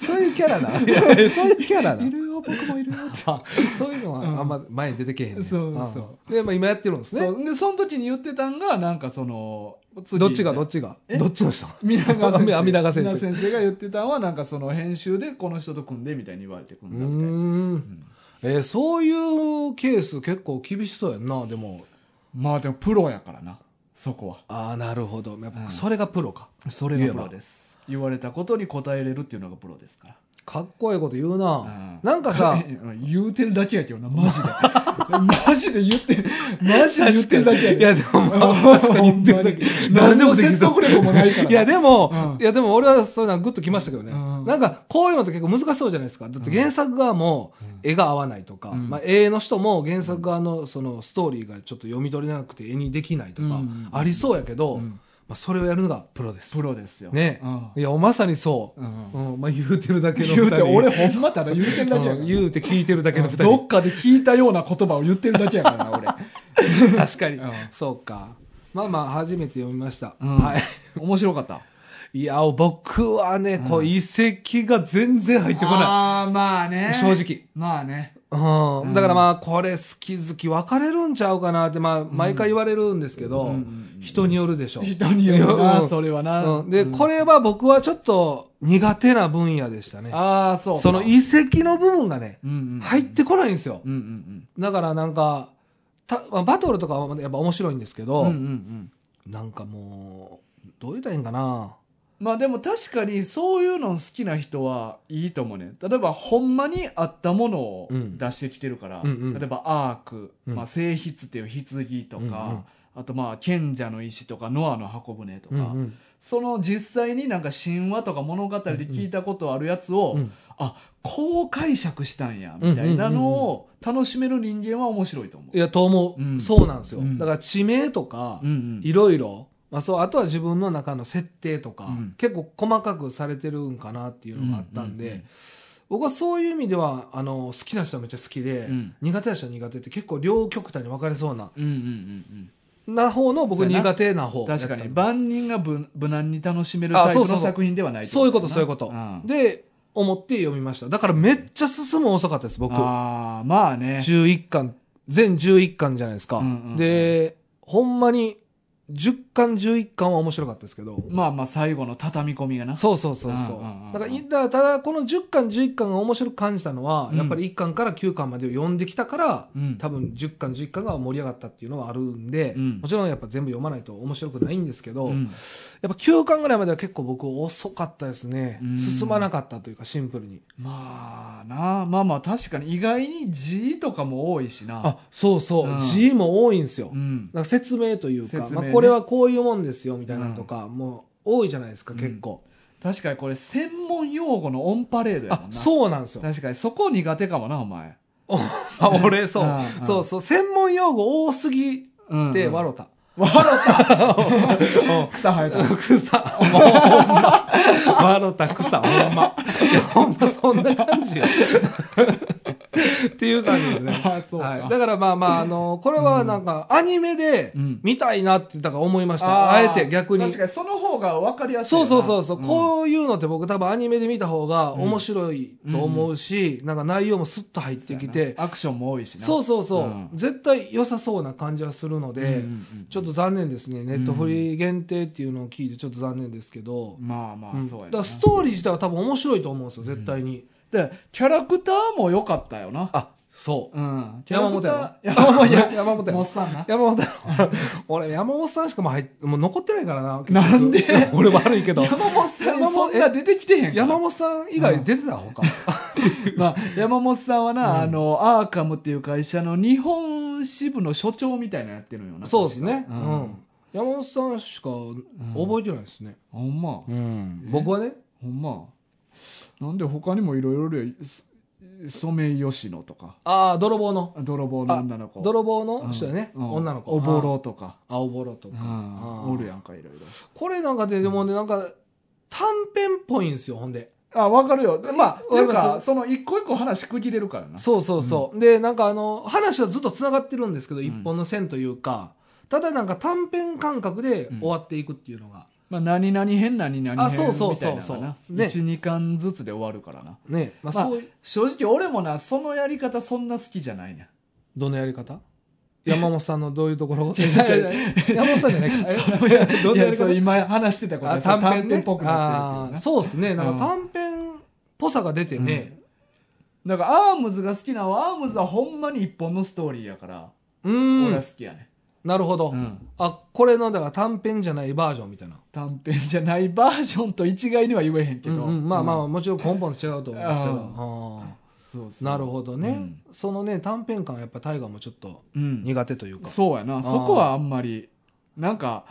[SPEAKER 2] そういうキャラな。いやえそういうキャラな。
[SPEAKER 1] いるよ、僕もいるよ。
[SPEAKER 2] あそういうのはあんま前に出てけへんね、。
[SPEAKER 1] うんそうそう
[SPEAKER 2] で、まあ今やってるんですね
[SPEAKER 1] そ。う。で、その時に言ってたんが、なんかその、次
[SPEAKER 2] どっちがどっちが
[SPEAKER 1] え
[SPEAKER 2] どっちの人
[SPEAKER 1] 皆川先生
[SPEAKER 2] あ皆川先生
[SPEAKER 1] 皆先生が言ってたんは、なんかその編集でこの人と組んでみたいに言われて
[SPEAKER 2] う
[SPEAKER 1] 組んだみたいな。
[SPEAKER 2] ーん。えーそういうケース結構厳しそうやんな、でも。
[SPEAKER 1] まあでもプロやからな、そこは。
[SPEAKER 2] ああ、なるほど。やっぱ
[SPEAKER 1] うん
[SPEAKER 2] それがプロか。
[SPEAKER 1] それがプロです言われたことに答えれるっていうのがプロですから
[SPEAKER 2] かっこいいこと言うな。
[SPEAKER 1] うん、
[SPEAKER 2] なんかさ
[SPEAKER 1] 言うてるだけやけどなマジ でマジで言ってマジで言ってるだけや
[SPEAKER 2] いや、でも、まあ確かに言ってるだけ
[SPEAKER 1] ほんま。に
[SPEAKER 2] 何でも
[SPEAKER 1] 何の
[SPEAKER 2] できそう。
[SPEAKER 1] 説得力もないからない
[SPEAKER 2] や、でも
[SPEAKER 1] う、ん
[SPEAKER 2] いや、でも俺はそういうのはグッときましたけどね。
[SPEAKER 1] うん
[SPEAKER 2] なんか、こういうのって結構難しそうじゃないですか。だって原作側も絵が合わないとか、
[SPEAKER 1] うん
[SPEAKER 2] まあ、絵の人も原作側のそのストーリーがちょっと読み取れなくて絵にできないと
[SPEAKER 1] う
[SPEAKER 2] か
[SPEAKER 1] ん、
[SPEAKER 2] ありそうやけど、
[SPEAKER 1] うん
[SPEAKER 2] まあ、それをやるのがプロです。
[SPEAKER 1] プロですよ
[SPEAKER 2] ね
[SPEAKER 1] うん。
[SPEAKER 2] いや、まさにそう。
[SPEAKER 1] うん
[SPEAKER 2] うん、まあ、言うてるだけの二人。
[SPEAKER 1] 言うて俺ほんまただ言うてるだけや
[SPEAKER 2] う
[SPEAKER 1] か
[SPEAKER 2] ん
[SPEAKER 1] ら
[SPEAKER 2] 言うて聞いてるだけの二人。
[SPEAKER 1] どっかで聞いたような言葉を言ってるだけやからな俺
[SPEAKER 2] 確かに、
[SPEAKER 1] うん
[SPEAKER 2] そうかまあまあ初めて読みました、
[SPEAKER 1] うん
[SPEAKER 2] はい
[SPEAKER 1] 面白かった
[SPEAKER 2] いや僕はね、こう遺跡が全然入ってこな
[SPEAKER 1] ああまあね
[SPEAKER 2] い正直、
[SPEAKER 1] まあね
[SPEAKER 2] うんだからまあこれ好き好き分かれるんちゃうかなってまあ毎回言われるんですけ
[SPEAKER 1] う
[SPEAKER 2] ど、
[SPEAKER 1] んうんうん
[SPEAKER 2] 人によるでしょ
[SPEAKER 1] 人によるな
[SPEAKER 2] うん
[SPEAKER 1] それはな
[SPEAKER 2] うん、で、
[SPEAKER 1] うん
[SPEAKER 2] これは僕はちょっと苦手な分野でしたね
[SPEAKER 1] ああそう
[SPEAKER 2] その遺跡の部分がね、入
[SPEAKER 1] 入
[SPEAKER 2] ってこないんですよ、
[SPEAKER 1] うんうん
[SPEAKER 2] だからなんかたまあバトルとかはやっぱ面白いんですけ
[SPEAKER 1] う
[SPEAKER 2] ど、
[SPEAKER 1] んうんうんうん
[SPEAKER 2] なんかもう、どう言ったらいいんかな。
[SPEAKER 1] まあでも確かにそういうの好きな人はいいと思うね例えばほんまにあったものを
[SPEAKER 2] うん
[SPEAKER 1] 出してきてるから、
[SPEAKER 2] うんうん
[SPEAKER 1] 例えばアーク、
[SPEAKER 2] うん
[SPEAKER 1] まあ、聖筆っていう筆とか、
[SPEAKER 2] うんうん
[SPEAKER 1] あとまあ賢者の石とかノアの箱舟とか、
[SPEAKER 2] うんうん
[SPEAKER 1] その実際になんか神話とか物語で聞いたことあるやつを、
[SPEAKER 2] うん
[SPEAKER 1] あこう解釈したんやみたいなのを楽しめる人間は面白いと思う
[SPEAKER 2] い。や、と思う、
[SPEAKER 1] うん
[SPEAKER 2] そうなんですよ。
[SPEAKER 1] うん
[SPEAKER 2] だから地名とか
[SPEAKER 1] う、ん
[SPEAKER 2] いろいろ、まあそう、あとは自分の中の設定とか、
[SPEAKER 1] うん
[SPEAKER 2] 結構細かくされてるんかなっていうのがあったんで、
[SPEAKER 1] うんうんうん
[SPEAKER 2] 僕はそういう意味では、あの、好きな人はめっちゃ好きで、
[SPEAKER 1] うん
[SPEAKER 2] 苦手な人は苦手って結構両極端に分かれそうな、
[SPEAKER 1] うんうんうんうん
[SPEAKER 2] な方の僕
[SPEAKER 1] そうやな
[SPEAKER 2] 苦手な方
[SPEAKER 1] 確か
[SPEAKER 2] や
[SPEAKER 1] に
[SPEAKER 2] ったんで
[SPEAKER 1] 万人が無無難に楽しめるタイ
[SPEAKER 2] あそう
[SPEAKER 1] プ
[SPEAKER 2] そう
[SPEAKER 1] の
[SPEAKER 2] そう
[SPEAKER 1] 作品ではない
[SPEAKER 2] そういうこと、そういう
[SPEAKER 1] と
[SPEAKER 2] こと。
[SPEAKER 1] なうん
[SPEAKER 2] で、思って読みました。だからめっちゃ進む遅かったです、僕。
[SPEAKER 1] ああまあね
[SPEAKER 2] 11巻、全11巻じゃないですか。
[SPEAKER 1] うんうんうん
[SPEAKER 2] で、ほんまに10巻11巻は面白かったですけど。
[SPEAKER 1] まあまあ最後の畳み込みがな。
[SPEAKER 2] そうそうそうそう
[SPEAKER 1] うんうんうんうん
[SPEAKER 2] だからいだからただこの10巻11巻が面白く感じたのは、
[SPEAKER 1] うん
[SPEAKER 2] やっぱり1巻から9巻までを読んできたから、
[SPEAKER 1] うん
[SPEAKER 2] 多分10巻11巻が盛り上がったっていうのはあるんで、
[SPEAKER 1] うん
[SPEAKER 2] もちろんやっぱ全部読まないと面白くないんですけど、
[SPEAKER 1] う
[SPEAKER 2] やっ
[SPEAKER 1] ん
[SPEAKER 2] ぱ9巻ぐらいまでは結構僕遅かったですね、
[SPEAKER 1] うん
[SPEAKER 2] 進まなかったというかシンプルに
[SPEAKER 1] まあなまあまあ確かに意外に字とかも多いしな。
[SPEAKER 2] あそうそう、
[SPEAKER 1] うん
[SPEAKER 2] 字も多いんですよ、
[SPEAKER 1] う
[SPEAKER 2] だ
[SPEAKER 1] ん。
[SPEAKER 2] から説明というか、
[SPEAKER 1] 説明
[SPEAKER 2] まあ
[SPEAKER 1] ね、
[SPEAKER 2] これはこういうもんですよみたいなのとか、もう多いじゃないですか結構、
[SPEAKER 1] 確かにこれ専門用語のオンパレードやも
[SPEAKER 2] あ
[SPEAKER 1] んな。
[SPEAKER 2] そうなんですよ
[SPEAKER 1] 確かにそこ苦手かもな、お前。
[SPEAKER 2] あ 俺そう、
[SPEAKER 1] うんうん
[SPEAKER 2] そうそう専門用語多すぎ
[SPEAKER 1] うん
[SPEAKER 2] で、わろた。
[SPEAKER 1] わろた草生えた。
[SPEAKER 2] 草、もうほんま。わろた草、ほんま。いや、ほんまそんな感じ よ。っていう感じですね。
[SPEAKER 1] あ、そう
[SPEAKER 2] はい、
[SPEAKER 1] か。
[SPEAKER 2] だからまあまあ、あの、これはなんか、アニメで
[SPEAKER 1] うん
[SPEAKER 2] 見たいなって、だから思いました。あえて逆に。
[SPEAKER 1] 確かにその方が分かりやすい
[SPEAKER 2] そ
[SPEAKER 1] よ
[SPEAKER 2] う
[SPEAKER 1] な。
[SPEAKER 2] そうそうそう、
[SPEAKER 1] ん
[SPEAKER 2] こういうのって僕多分アニメで見た方が面白いと思うし、なんか内容もスッと入ってきて、
[SPEAKER 1] アクションも多いしな。
[SPEAKER 2] そううそうそう、
[SPEAKER 1] うん
[SPEAKER 2] 絶対良さそうな感じはするので、
[SPEAKER 1] んうんうん
[SPEAKER 2] ちょっと残念ですね、ネットフリー限定っていうのを聞いて、ちょっと残念ですけど、
[SPEAKER 1] まあま
[SPEAKER 2] う
[SPEAKER 1] あ、
[SPEAKER 2] ん
[SPEAKER 1] そうや
[SPEAKER 2] だか
[SPEAKER 1] な
[SPEAKER 2] らストーリー自体は多分面白いと思うんですよ、絶対に。
[SPEAKER 1] で、キャラクターも良かったよな。
[SPEAKER 2] あそう。
[SPEAKER 1] うん。
[SPEAKER 2] 山本や
[SPEAKER 1] キャラクター山本や。
[SPEAKER 2] 山本や
[SPEAKER 1] もっさんな。
[SPEAKER 2] 山本さん 俺、山本さんしかもう入っもう残ってないからな。結局
[SPEAKER 1] なんで
[SPEAKER 2] 俺悪いけど。
[SPEAKER 1] 山本さ
[SPEAKER 2] 山
[SPEAKER 1] ん、
[SPEAKER 2] 本
[SPEAKER 1] そんな出てきてへんから。
[SPEAKER 2] 山本さん以外出て た他。
[SPEAKER 1] まあ、山本さんはな、
[SPEAKER 2] うん
[SPEAKER 1] あの、アーカムっていう会社の日本支部の所長みたいなのやってるのよな。
[SPEAKER 2] そうですね、
[SPEAKER 1] 確
[SPEAKER 2] う
[SPEAKER 1] か
[SPEAKER 2] ん。山本さんしか覚えてないですね。
[SPEAKER 1] ほんま。
[SPEAKER 2] 僕はね。
[SPEAKER 1] ほんま。なんで他にもいろいろで、ソメイヨシノとか、
[SPEAKER 2] ああ、泥棒の。
[SPEAKER 1] 泥棒の女の子。
[SPEAKER 2] 泥棒の人やね、
[SPEAKER 1] うん
[SPEAKER 2] 女の子。
[SPEAKER 1] おぼろとか。
[SPEAKER 2] あ。青ぼろと
[SPEAKER 1] う
[SPEAKER 2] か。
[SPEAKER 1] ん
[SPEAKER 2] あー
[SPEAKER 1] おるやんか、いろいろ。
[SPEAKER 2] これなんかね、でもね、なんか、短編っぽいんですよ、ほんで。
[SPEAKER 1] あ、わかるよ。でまあ、と
[SPEAKER 2] わか
[SPEAKER 1] い
[SPEAKER 2] り
[SPEAKER 1] う
[SPEAKER 2] ます
[SPEAKER 1] か、その一個一個話区切れるからな。
[SPEAKER 2] そうそうそう。で、なんかあの、話はずっと繋がってるんですけど、
[SPEAKER 1] ん
[SPEAKER 2] 一本の線というか、ただなんか短編感覚で終わっていくっていうのが、
[SPEAKER 1] まあ、何々編、何々
[SPEAKER 2] あそう
[SPEAKER 1] 編
[SPEAKER 2] そう
[SPEAKER 1] みたいな
[SPEAKER 2] そう
[SPEAKER 1] の
[SPEAKER 2] そう
[SPEAKER 1] がな。
[SPEAKER 2] ね
[SPEAKER 1] 1、2巻ずつで終わるからな。
[SPEAKER 2] ね、まあ
[SPEAKER 1] まあ
[SPEAKER 2] そういう、
[SPEAKER 1] 正直俺もな、そのやり方そんな好きじゃないねん。
[SPEAKER 2] どのやり方山本さんのどういうところ
[SPEAKER 1] 違う違う違う
[SPEAKER 2] 山本さんじゃないか。
[SPEAKER 1] そう
[SPEAKER 2] えどん
[SPEAKER 1] い
[SPEAKER 2] なや
[SPEAKER 1] や、
[SPEAKER 2] り
[SPEAKER 1] そう、
[SPEAKER 2] 方
[SPEAKER 1] 今話してたこと
[SPEAKER 2] あ
[SPEAKER 1] は短
[SPEAKER 2] 短
[SPEAKER 1] 編
[SPEAKER 2] 編ね
[SPEAKER 1] っぽくなってるけどな
[SPEAKER 2] あーそうですね。なんか
[SPEAKER 1] う
[SPEAKER 2] 短編っぽさが出てね。
[SPEAKER 1] だから、アームズが好きなのは、アームズはほんまに一本のストーリーやから、
[SPEAKER 2] うー
[SPEAKER 1] 俺
[SPEAKER 2] ん
[SPEAKER 1] は。好きやね。
[SPEAKER 2] なるほど
[SPEAKER 1] うん。
[SPEAKER 2] あ、これの、だから短編じゃないバージョンみたいな。
[SPEAKER 1] 短編じゃないバージョンと一概には言えへんけ
[SPEAKER 2] う
[SPEAKER 1] ど。
[SPEAKER 2] んうん、まあまあ、
[SPEAKER 1] うん
[SPEAKER 2] もちろん根本違うと思うんですけど。
[SPEAKER 1] あー
[SPEAKER 2] あー
[SPEAKER 1] そうそう。
[SPEAKER 2] なるほどね、
[SPEAKER 1] うん
[SPEAKER 2] そのね短編感はやっぱ大河もちょっと
[SPEAKER 1] うん。
[SPEAKER 2] 苦手というか、
[SPEAKER 1] そうや
[SPEAKER 2] あ
[SPEAKER 1] な。
[SPEAKER 2] ー
[SPEAKER 1] そこはあんまり、なんか、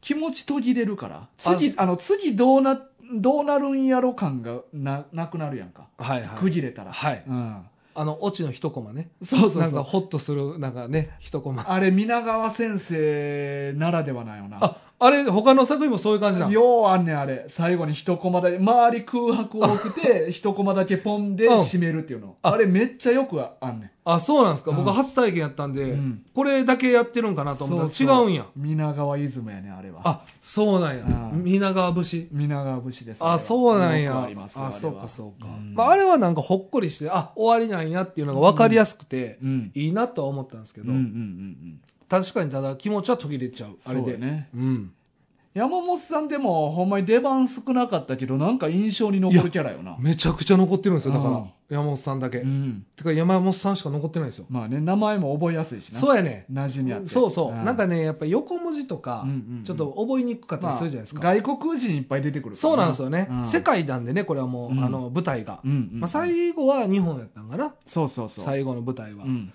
[SPEAKER 1] 気持ち途切れるから。次、
[SPEAKER 2] そ
[SPEAKER 1] あの、次どうな、どうなるんやろ感がな、なくなるやんか。
[SPEAKER 2] はいは
[SPEAKER 1] 区
[SPEAKER 2] い
[SPEAKER 1] 切れたら。
[SPEAKER 2] はい
[SPEAKER 1] うん。
[SPEAKER 2] あのオチの一コマね
[SPEAKER 1] そうそう
[SPEAKER 2] なん
[SPEAKER 1] そ
[SPEAKER 2] か
[SPEAKER 1] う。
[SPEAKER 2] ホッとするなんかね一コマ
[SPEAKER 1] あれ、皆川先生ならではなんよな。
[SPEAKER 2] ああれ他の作品もそういう感じなの
[SPEAKER 1] ようあんねん、あれ。最後に一コマだけ、周り空白多くて、 一コマだけポンで
[SPEAKER 2] うん
[SPEAKER 1] 締めるっていうの。
[SPEAKER 2] あ
[SPEAKER 1] あれめっちゃよくあんね
[SPEAKER 2] あそうなんですか、
[SPEAKER 1] うん
[SPEAKER 2] 僕初体験やったんで、
[SPEAKER 1] うん
[SPEAKER 2] これだけやってるんかなと思ったら違うんや
[SPEAKER 1] ん。皆川イズムやねん、あれは。
[SPEAKER 2] あそうなんや
[SPEAKER 1] うん
[SPEAKER 2] 皆川節
[SPEAKER 1] 皆川節です、
[SPEAKER 2] あそうなん
[SPEAKER 1] よく
[SPEAKER 2] や
[SPEAKER 1] ありますよ
[SPEAKER 2] あ
[SPEAKER 1] れは
[SPEAKER 2] そうかそうか、
[SPEAKER 1] ん
[SPEAKER 2] まあ、あれはなんかほっこりしてあ終わりなんやっていうのが分かりやすくて、
[SPEAKER 1] うん。
[SPEAKER 2] いいなとは思ったんですけ
[SPEAKER 1] うん
[SPEAKER 2] ど、
[SPEAKER 1] うんうんうん。
[SPEAKER 2] 確かにただ気持ちは途切れちゃうあれ
[SPEAKER 1] そう
[SPEAKER 2] で
[SPEAKER 1] やね。
[SPEAKER 2] うん
[SPEAKER 1] 山本さんでも、ほんまに出番少なかったけど、なんか印象に残るキャラよな。
[SPEAKER 2] めちゃくちゃ残ってるんですよだか
[SPEAKER 1] う
[SPEAKER 2] ら
[SPEAKER 1] ん
[SPEAKER 2] 山本さんだけ、
[SPEAKER 1] うん。
[SPEAKER 2] てか山本さんしか残ってないんですよ、
[SPEAKER 1] まあね、名前も覚えやすいしな。
[SPEAKER 2] そうやね
[SPEAKER 1] 馴染みあって。
[SPEAKER 2] そうそう、
[SPEAKER 1] ん
[SPEAKER 2] なんかねやっぱ横文字とか、
[SPEAKER 1] うんうんうん
[SPEAKER 2] ちょっと覚えにくかったりするじゃないですか、
[SPEAKER 1] まあ外国人いっぱい出てくるから
[SPEAKER 2] そうなんですよね、
[SPEAKER 1] うん
[SPEAKER 2] 世界なんでねこれはもう、
[SPEAKER 1] うん
[SPEAKER 2] あの舞台が、
[SPEAKER 1] うんうんうん
[SPEAKER 2] まあ、最後は日本やったんかな
[SPEAKER 1] そうそうそう。
[SPEAKER 2] 最後の舞台は、
[SPEAKER 1] うん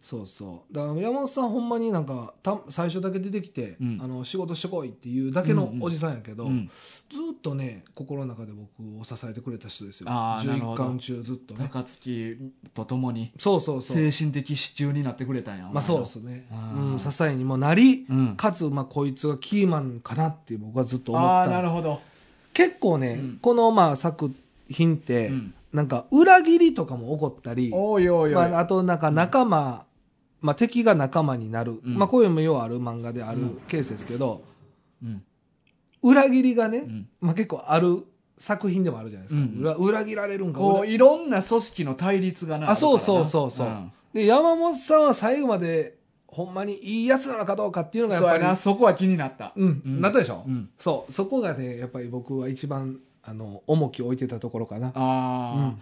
[SPEAKER 2] そうそうだから山本さんほんまになんかた最初だけ出てきて、
[SPEAKER 1] うん
[SPEAKER 2] あの仕事してこいっていうだけの
[SPEAKER 1] うんうん
[SPEAKER 2] おじさんやけど、
[SPEAKER 1] うん
[SPEAKER 2] ずっとね心の中で僕を支えてくれた人ですよ
[SPEAKER 1] あーなるほ
[SPEAKER 2] 11
[SPEAKER 1] ど
[SPEAKER 2] 巻中ずっとね
[SPEAKER 1] 高槻とともに
[SPEAKER 2] そうそうそう
[SPEAKER 1] 精神的支柱になってくれたんや
[SPEAKER 2] まあそうです
[SPEAKER 1] う
[SPEAKER 2] ね、
[SPEAKER 1] あ
[SPEAKER 2] う
[SPEAKER 1] ー
[SPEAKER 2] ん、支えにもなり、
[SPEAKER 1] うん
[SPEAKER 2] かつ、まあ、こいつがキーマンかなって僕はずっと思
[SPEAKER 1] あ
[SPEAKER 2] っ
[SPEAKER 1] あ
[SPEAKER 2] て
[SPEAKER 1] なる
[SPEAKER 2] た
[SPEAKER 1] ほど、
[SPEAKER 2] 結構ね、
[SPEAKER 1] うん
[SPEAKER 2] このまあ作品って、
[SPEAKER 1] うん
[SPEAKER 2] なんか裏切りとかも起こったり、
[SPEAKER 1] おいおいおい、
[SPEAKER 2] まあ、あとなんか仲間、まあ、敵が仲間になる、
[SPEAKER 1] うん
[SPEAKER 2] まあ、こういうのもようある漫画である
[SPEAKER 1] うん
[SPEAKER 2] ケースですけど、
[SPEAKER 1] うん
[SPEAKER 2] 裏切りがね、
[SPEAKER 1] うん
[SPEAKER 2] まあ、結構ある作品でもあるじゃないですか、
[SPEAKER 1] うん
[SPEAKER 2] 裏裏切られるんか
[SPEAKER 1] こういろんな組織の対立がな
[SPEAKER 2] あそう
[SPEAKER 1] るからな
[SPEAKER 2] そうそうそう、
[SPEAKER 1] ん
[SPEAKER 2] で山本さんは最後までほんまにいいやつなのかどうかっていうのがやっ
[SPEAKER 1] そう
[SPEAKER 2] ぱ
[SPEAKER 1] や
[SPEAKER 2] り
[SPEAKER 1] な、そこは気になった。
[SPEAKER 2] うん、なったでしょ、
[SPEAKER 1] うん
[SPEAKER 2] そうそこがねやっぱり僕は一番あの重きを置いてたところかな
[SPEAKER 1] ああ、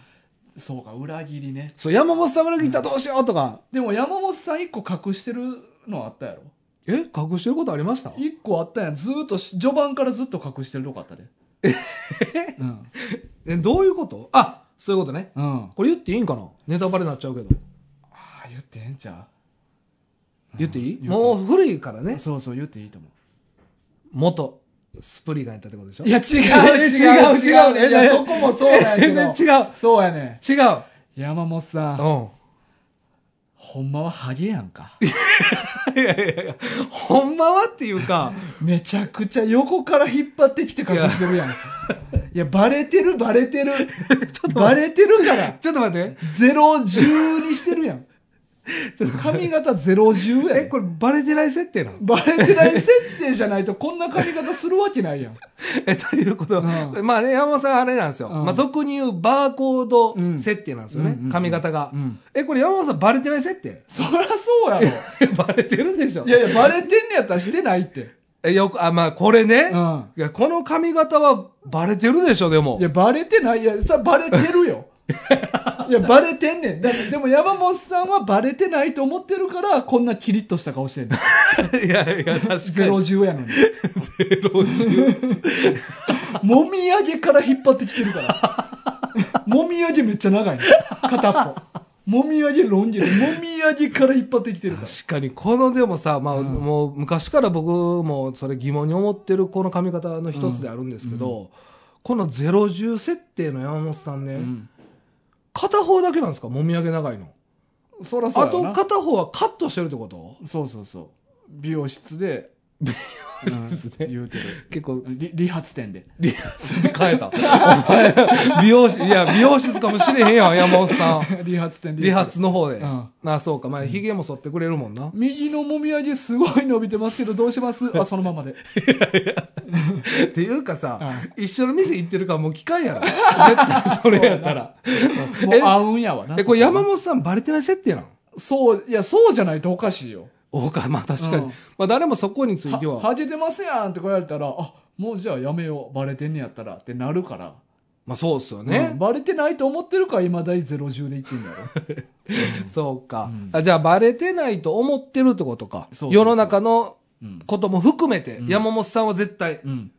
[SPEAKER 1] そうか、裏切りね。
[SPEAKER 2] そう山本さん裏切ったらどうしようとか、
[SPEAKER 1] でも山本さん一個隠してるのあったやろ
[SPEAKER 2] え隠してることありました
[SPEAKER 1] 一個あったやん。ずーっとし、序盤からずっと隠してるとこあったで。うん。
[SPEAKER 2] えどういうことあそういうことね
[SPEAKER 1] うん。あ
[SPEAKER 2] これ言っていいんかなネタバレになっちゃうけど
[SPEAKER 1] あ、言ってええんちゃう
[SPEAKER 2] 言っていい、
[SPEAKER 1] うん
[SPEAKER 2] もう古いからね
[SPEAKER 1] そうそう、言っていいと思う。
[SPEAKER 2] 元スプリガンやったってことでしょ
[SPEAKER 1] いや、違う、
[SPEAKER 2] え
[SPEAKER 1] 違
[SPEAKER 2] 違
[SPEAKER 1] う、
[SPEAKER 2] う
[SPEAKER 1] 違うね。
[SPEAKER 2] 違う
[SPEAKER 1] いや、そこもそうやけ
[SPEAKER 2] 全
[SPEAKER 1] ど
[SPEAKER 2] 然。違う
[SPEAKER 1] そうやね。
[SPEAKER 2] 違う
[SPEAKER 1] 山本さん、
[SPEAKER 2] う
[SPEAKER 1] ほんまはハゲやんか。
[SPEAKER 2] んいやいやいやほんまはっていうか
[SPEAKER 1] めちゃくちゃ横から引っ張ってきて隠してるやん。いや、バレてる、バレ てる。バレてるから。
[SPEAKER 2] ちょっと待って
[SPEAKER 1] ゼロ十にしてるやん。髪型ゼロ十や
[SPEAKER 2] え
[SPEAKER 1] ん。
[SPEAKER 2] これバレてない設定なの
[SPEAKER 1] バレてない設定じゃないとこんな髪型するわけないやん。
[SPEAKER 2] え、ということ、
[SPEAKER 1] う
[SPEAKER 2] まあね、山本さんあれなんですよ。
[SPEAKER 1] うん
[SPEAKER 2] まあ俗に言うバーコード設定なんですよね。
[SPEAKER 1] うんうんうん
[SPEAKER 2] 髪型が、
[SPEAKER 1] うん
[SPEAKER 2] え、これ山本さんバレてない設定
[SPEAKER 1] そりゃそうやろ。
[SPEAKER 2] バレてるでしょ
[SPEAKER 1] いやいや、バレてんねやったらしてないって。
[SPEAKER 2] え、よく、あ、まあこれね、
[SPEAKER 1] うん。
[SPEAKER 2] いや、この髪型はバレてるでしょ、でも
[SPEAKER 1] い。や、バレてない。いや、さ、バレてる よ。いや、バレてんねん。だってでも山本さんはバレてないと思ってるから、こんなキリッとした顔してんの。
[SPEAKER 2] いやいや、確かに。
[SPEAKER 1] ゼロ十やのに。
[SPEAKER 2] ゼロ十。
[SPEAKER 1] もみあげから引っ張ってきてるから。もみあげめっちゃ長いね。片っぽ。もみあげロン毛で、もみあげから引っ張ってきてるから。
[SPEAKER 2] 確かに、このでもさ、まあ、
[SPEAKER 1] うん
[SPEAKER 2] もう昔から僕もそれ疑問に思ってるこの髪型の一つであるんですけど、このゼロ十設定の山本さんね、
[SPEAKER 1] うん。
[SPEAKER 2] 片方だけなんですかもみあげ長いの。
[SPEAKER 1] そらそう
[SPEAKER 2] あ
[SPEAKER 1] や
[SPEAKER 2] と
[SPEAKER 1] な。
[SPEAKER 2] 片方はカットしてるってこと
[SPEAKER 1] そうそうそう。美容室で、美容
[SPEAKER 2] 室で
[SPEAKER 1] 言うてる。
[SPEAKER 2] 結構、
[SPEAKER 1] 理理髪店で。
[SPEAKER 2] リアスで変 えた。美容室、いや、美容室かもしれへんやん、山本さん。
[SPEAKER 1] 理髪店で。
[SPEAKER 2] 理髪の方で。
[SPEAKER 1] うん
[SPEAKER 2] あ、そうか。まあ、髭も剃ってくれるもんな。
[SPEAKER 1] 右のもみあげすごい伸びてますけどどうします あそのままで
[SPEAKER 2] っていうかさ、一緒の店行ってるからもう機会やろ。絶対それやったら。
[SPEAKER 1] もう合うんやわな
[SPEAKER 2] え、
[SPEAKER 1] そ
[SPEAKER 2] これ
[SPEAKER 1] は
[SPEAKER 2] 山本さんバレてない設定なの
[SPEAKER 1] そういやそうじゃないとおかしいよ
[SPEAKER 2] おか、まあ確かに。
[SPEAKER 1] うん
[SPEAKER 2] まあ誰もそこについ
[SPEAKER 1] は
[SPEAKER 2] ては。
[SPEAKER 1] はげてますやんって言われたらあもうじゃあやめようバレてんねやったらってなるから、
[SPEAKER 2] まあそうっすよ
[SPEAKER 1] うん
[SPEAKER 2] ね。
[SPEAKER 1] バレてないと思ってるからいまだにゼロ中でいってんだよ
[SPEAKER 2] そうか、
[SPEAKER 1] うん
[SPEAKER 2] あ。じゃあバレてないと思ってるってことか。
[SPEAKER 1] そうそうそう
[SPEAKER 2] 世の中の
[SPEAKER 1] うん、
[SPEAKER 2] ことも含めて、
[SPEAKER 1] うん
[SPEAKER 2] 山本さんは絶対。
[SPEAKER 1] うん、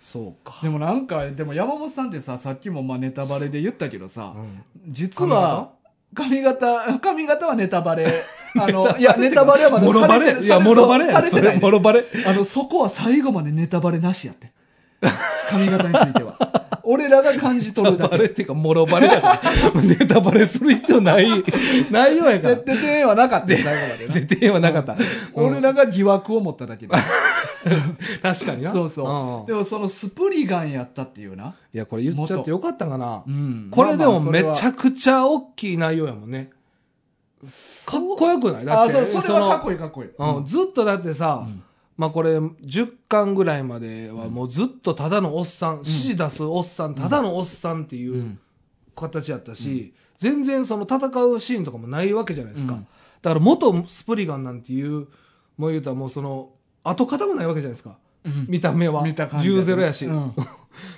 [SPEAKER 2] そうか。
[SPEAKER 1] でもなんかでも山本さんってささっきもまあネタバレで言ったけどさ、
[SPEAKER 2] うん
[SPEAKER 1] 実は髪型髪型はネタバレ あのいやネタバレはまだ
[SPEAKER 2] もろバ
[SPEAKER 1] されて
[SPEAKER 2] レいや、もろバレ
[SPEAKER 1] されて
[SPEAKER 2] そ
[SPEAKER 1] な
[SPEAKER 2] れ
[SPEAKER 1] い
[SPEAKER 2] もろバレ
[SPEAKER 1] あの、そこは最後までネタバレなしやって。髪型については。俺らが感じ取るだ
[SPEAKER 2] バレ
[SPEAKER 1] け。
[SPEAKER 2] っていうか、もろバレだから。 ネタバレする必要ない、 内容やか
[SPEAKER 1] で、
[SPEAKER 2] ら。
[SPEAKER 1] で、ではなかったよ最後までな。
[SPEAKER 2] 出てはなかった。
[SPEAKER 1] 俺らが疑惑を持っただけで。
[SPEAKER 2] 確かにな。
[SPEAKER 1] そうそう。
[SPEAKER 2] ん
[SPEAKER 1] でもそのスプリガンやったっていうな。
[SPEAKER 2] いや、これ言っちゃってよかったかな
[SPEAKER 1] う。ん。
[SPEAKER 2] これでもめち
[SPEAKER 1] ゃ
[SPEAKER 2] ゃくちゃ大きい内容やもんね。かっこよくないだ
[SPEAKER 1] あ、
[SPEAKER 2] って。
[SPEAKER 1] そう、それはかっこ
[SPEAKER 2] い
[SPEAKER 1] い
[SPEAKER 2] い。
[SPEAKER 1] いかっこいい。
[SPEAKER 2] うんずっとだって
[SPEAKER 1] う
[SPEAKER 2] さ
[SPEAKER 1] ん、
[SPEAKER 2] まあこれ10巻ぐらいまではもうずっとただのおっさん、指示出すおっさん、ただのおっさんっていううん形やったし、全然その戦うシーンとかもないわけじゃないですか、
[SPEAKER 1] うん
[SPEAKER 2] だから元スプリガンなんていうもう言うたらもうその跡形もないわけじゃないですか
[SPEAKER 1] うん
[SPEAKER 2] 見た目は
[SPEAKER 1] 見た感じね。
[SPEAKER 2] 10-0やし、
[SPEAKER 1] うん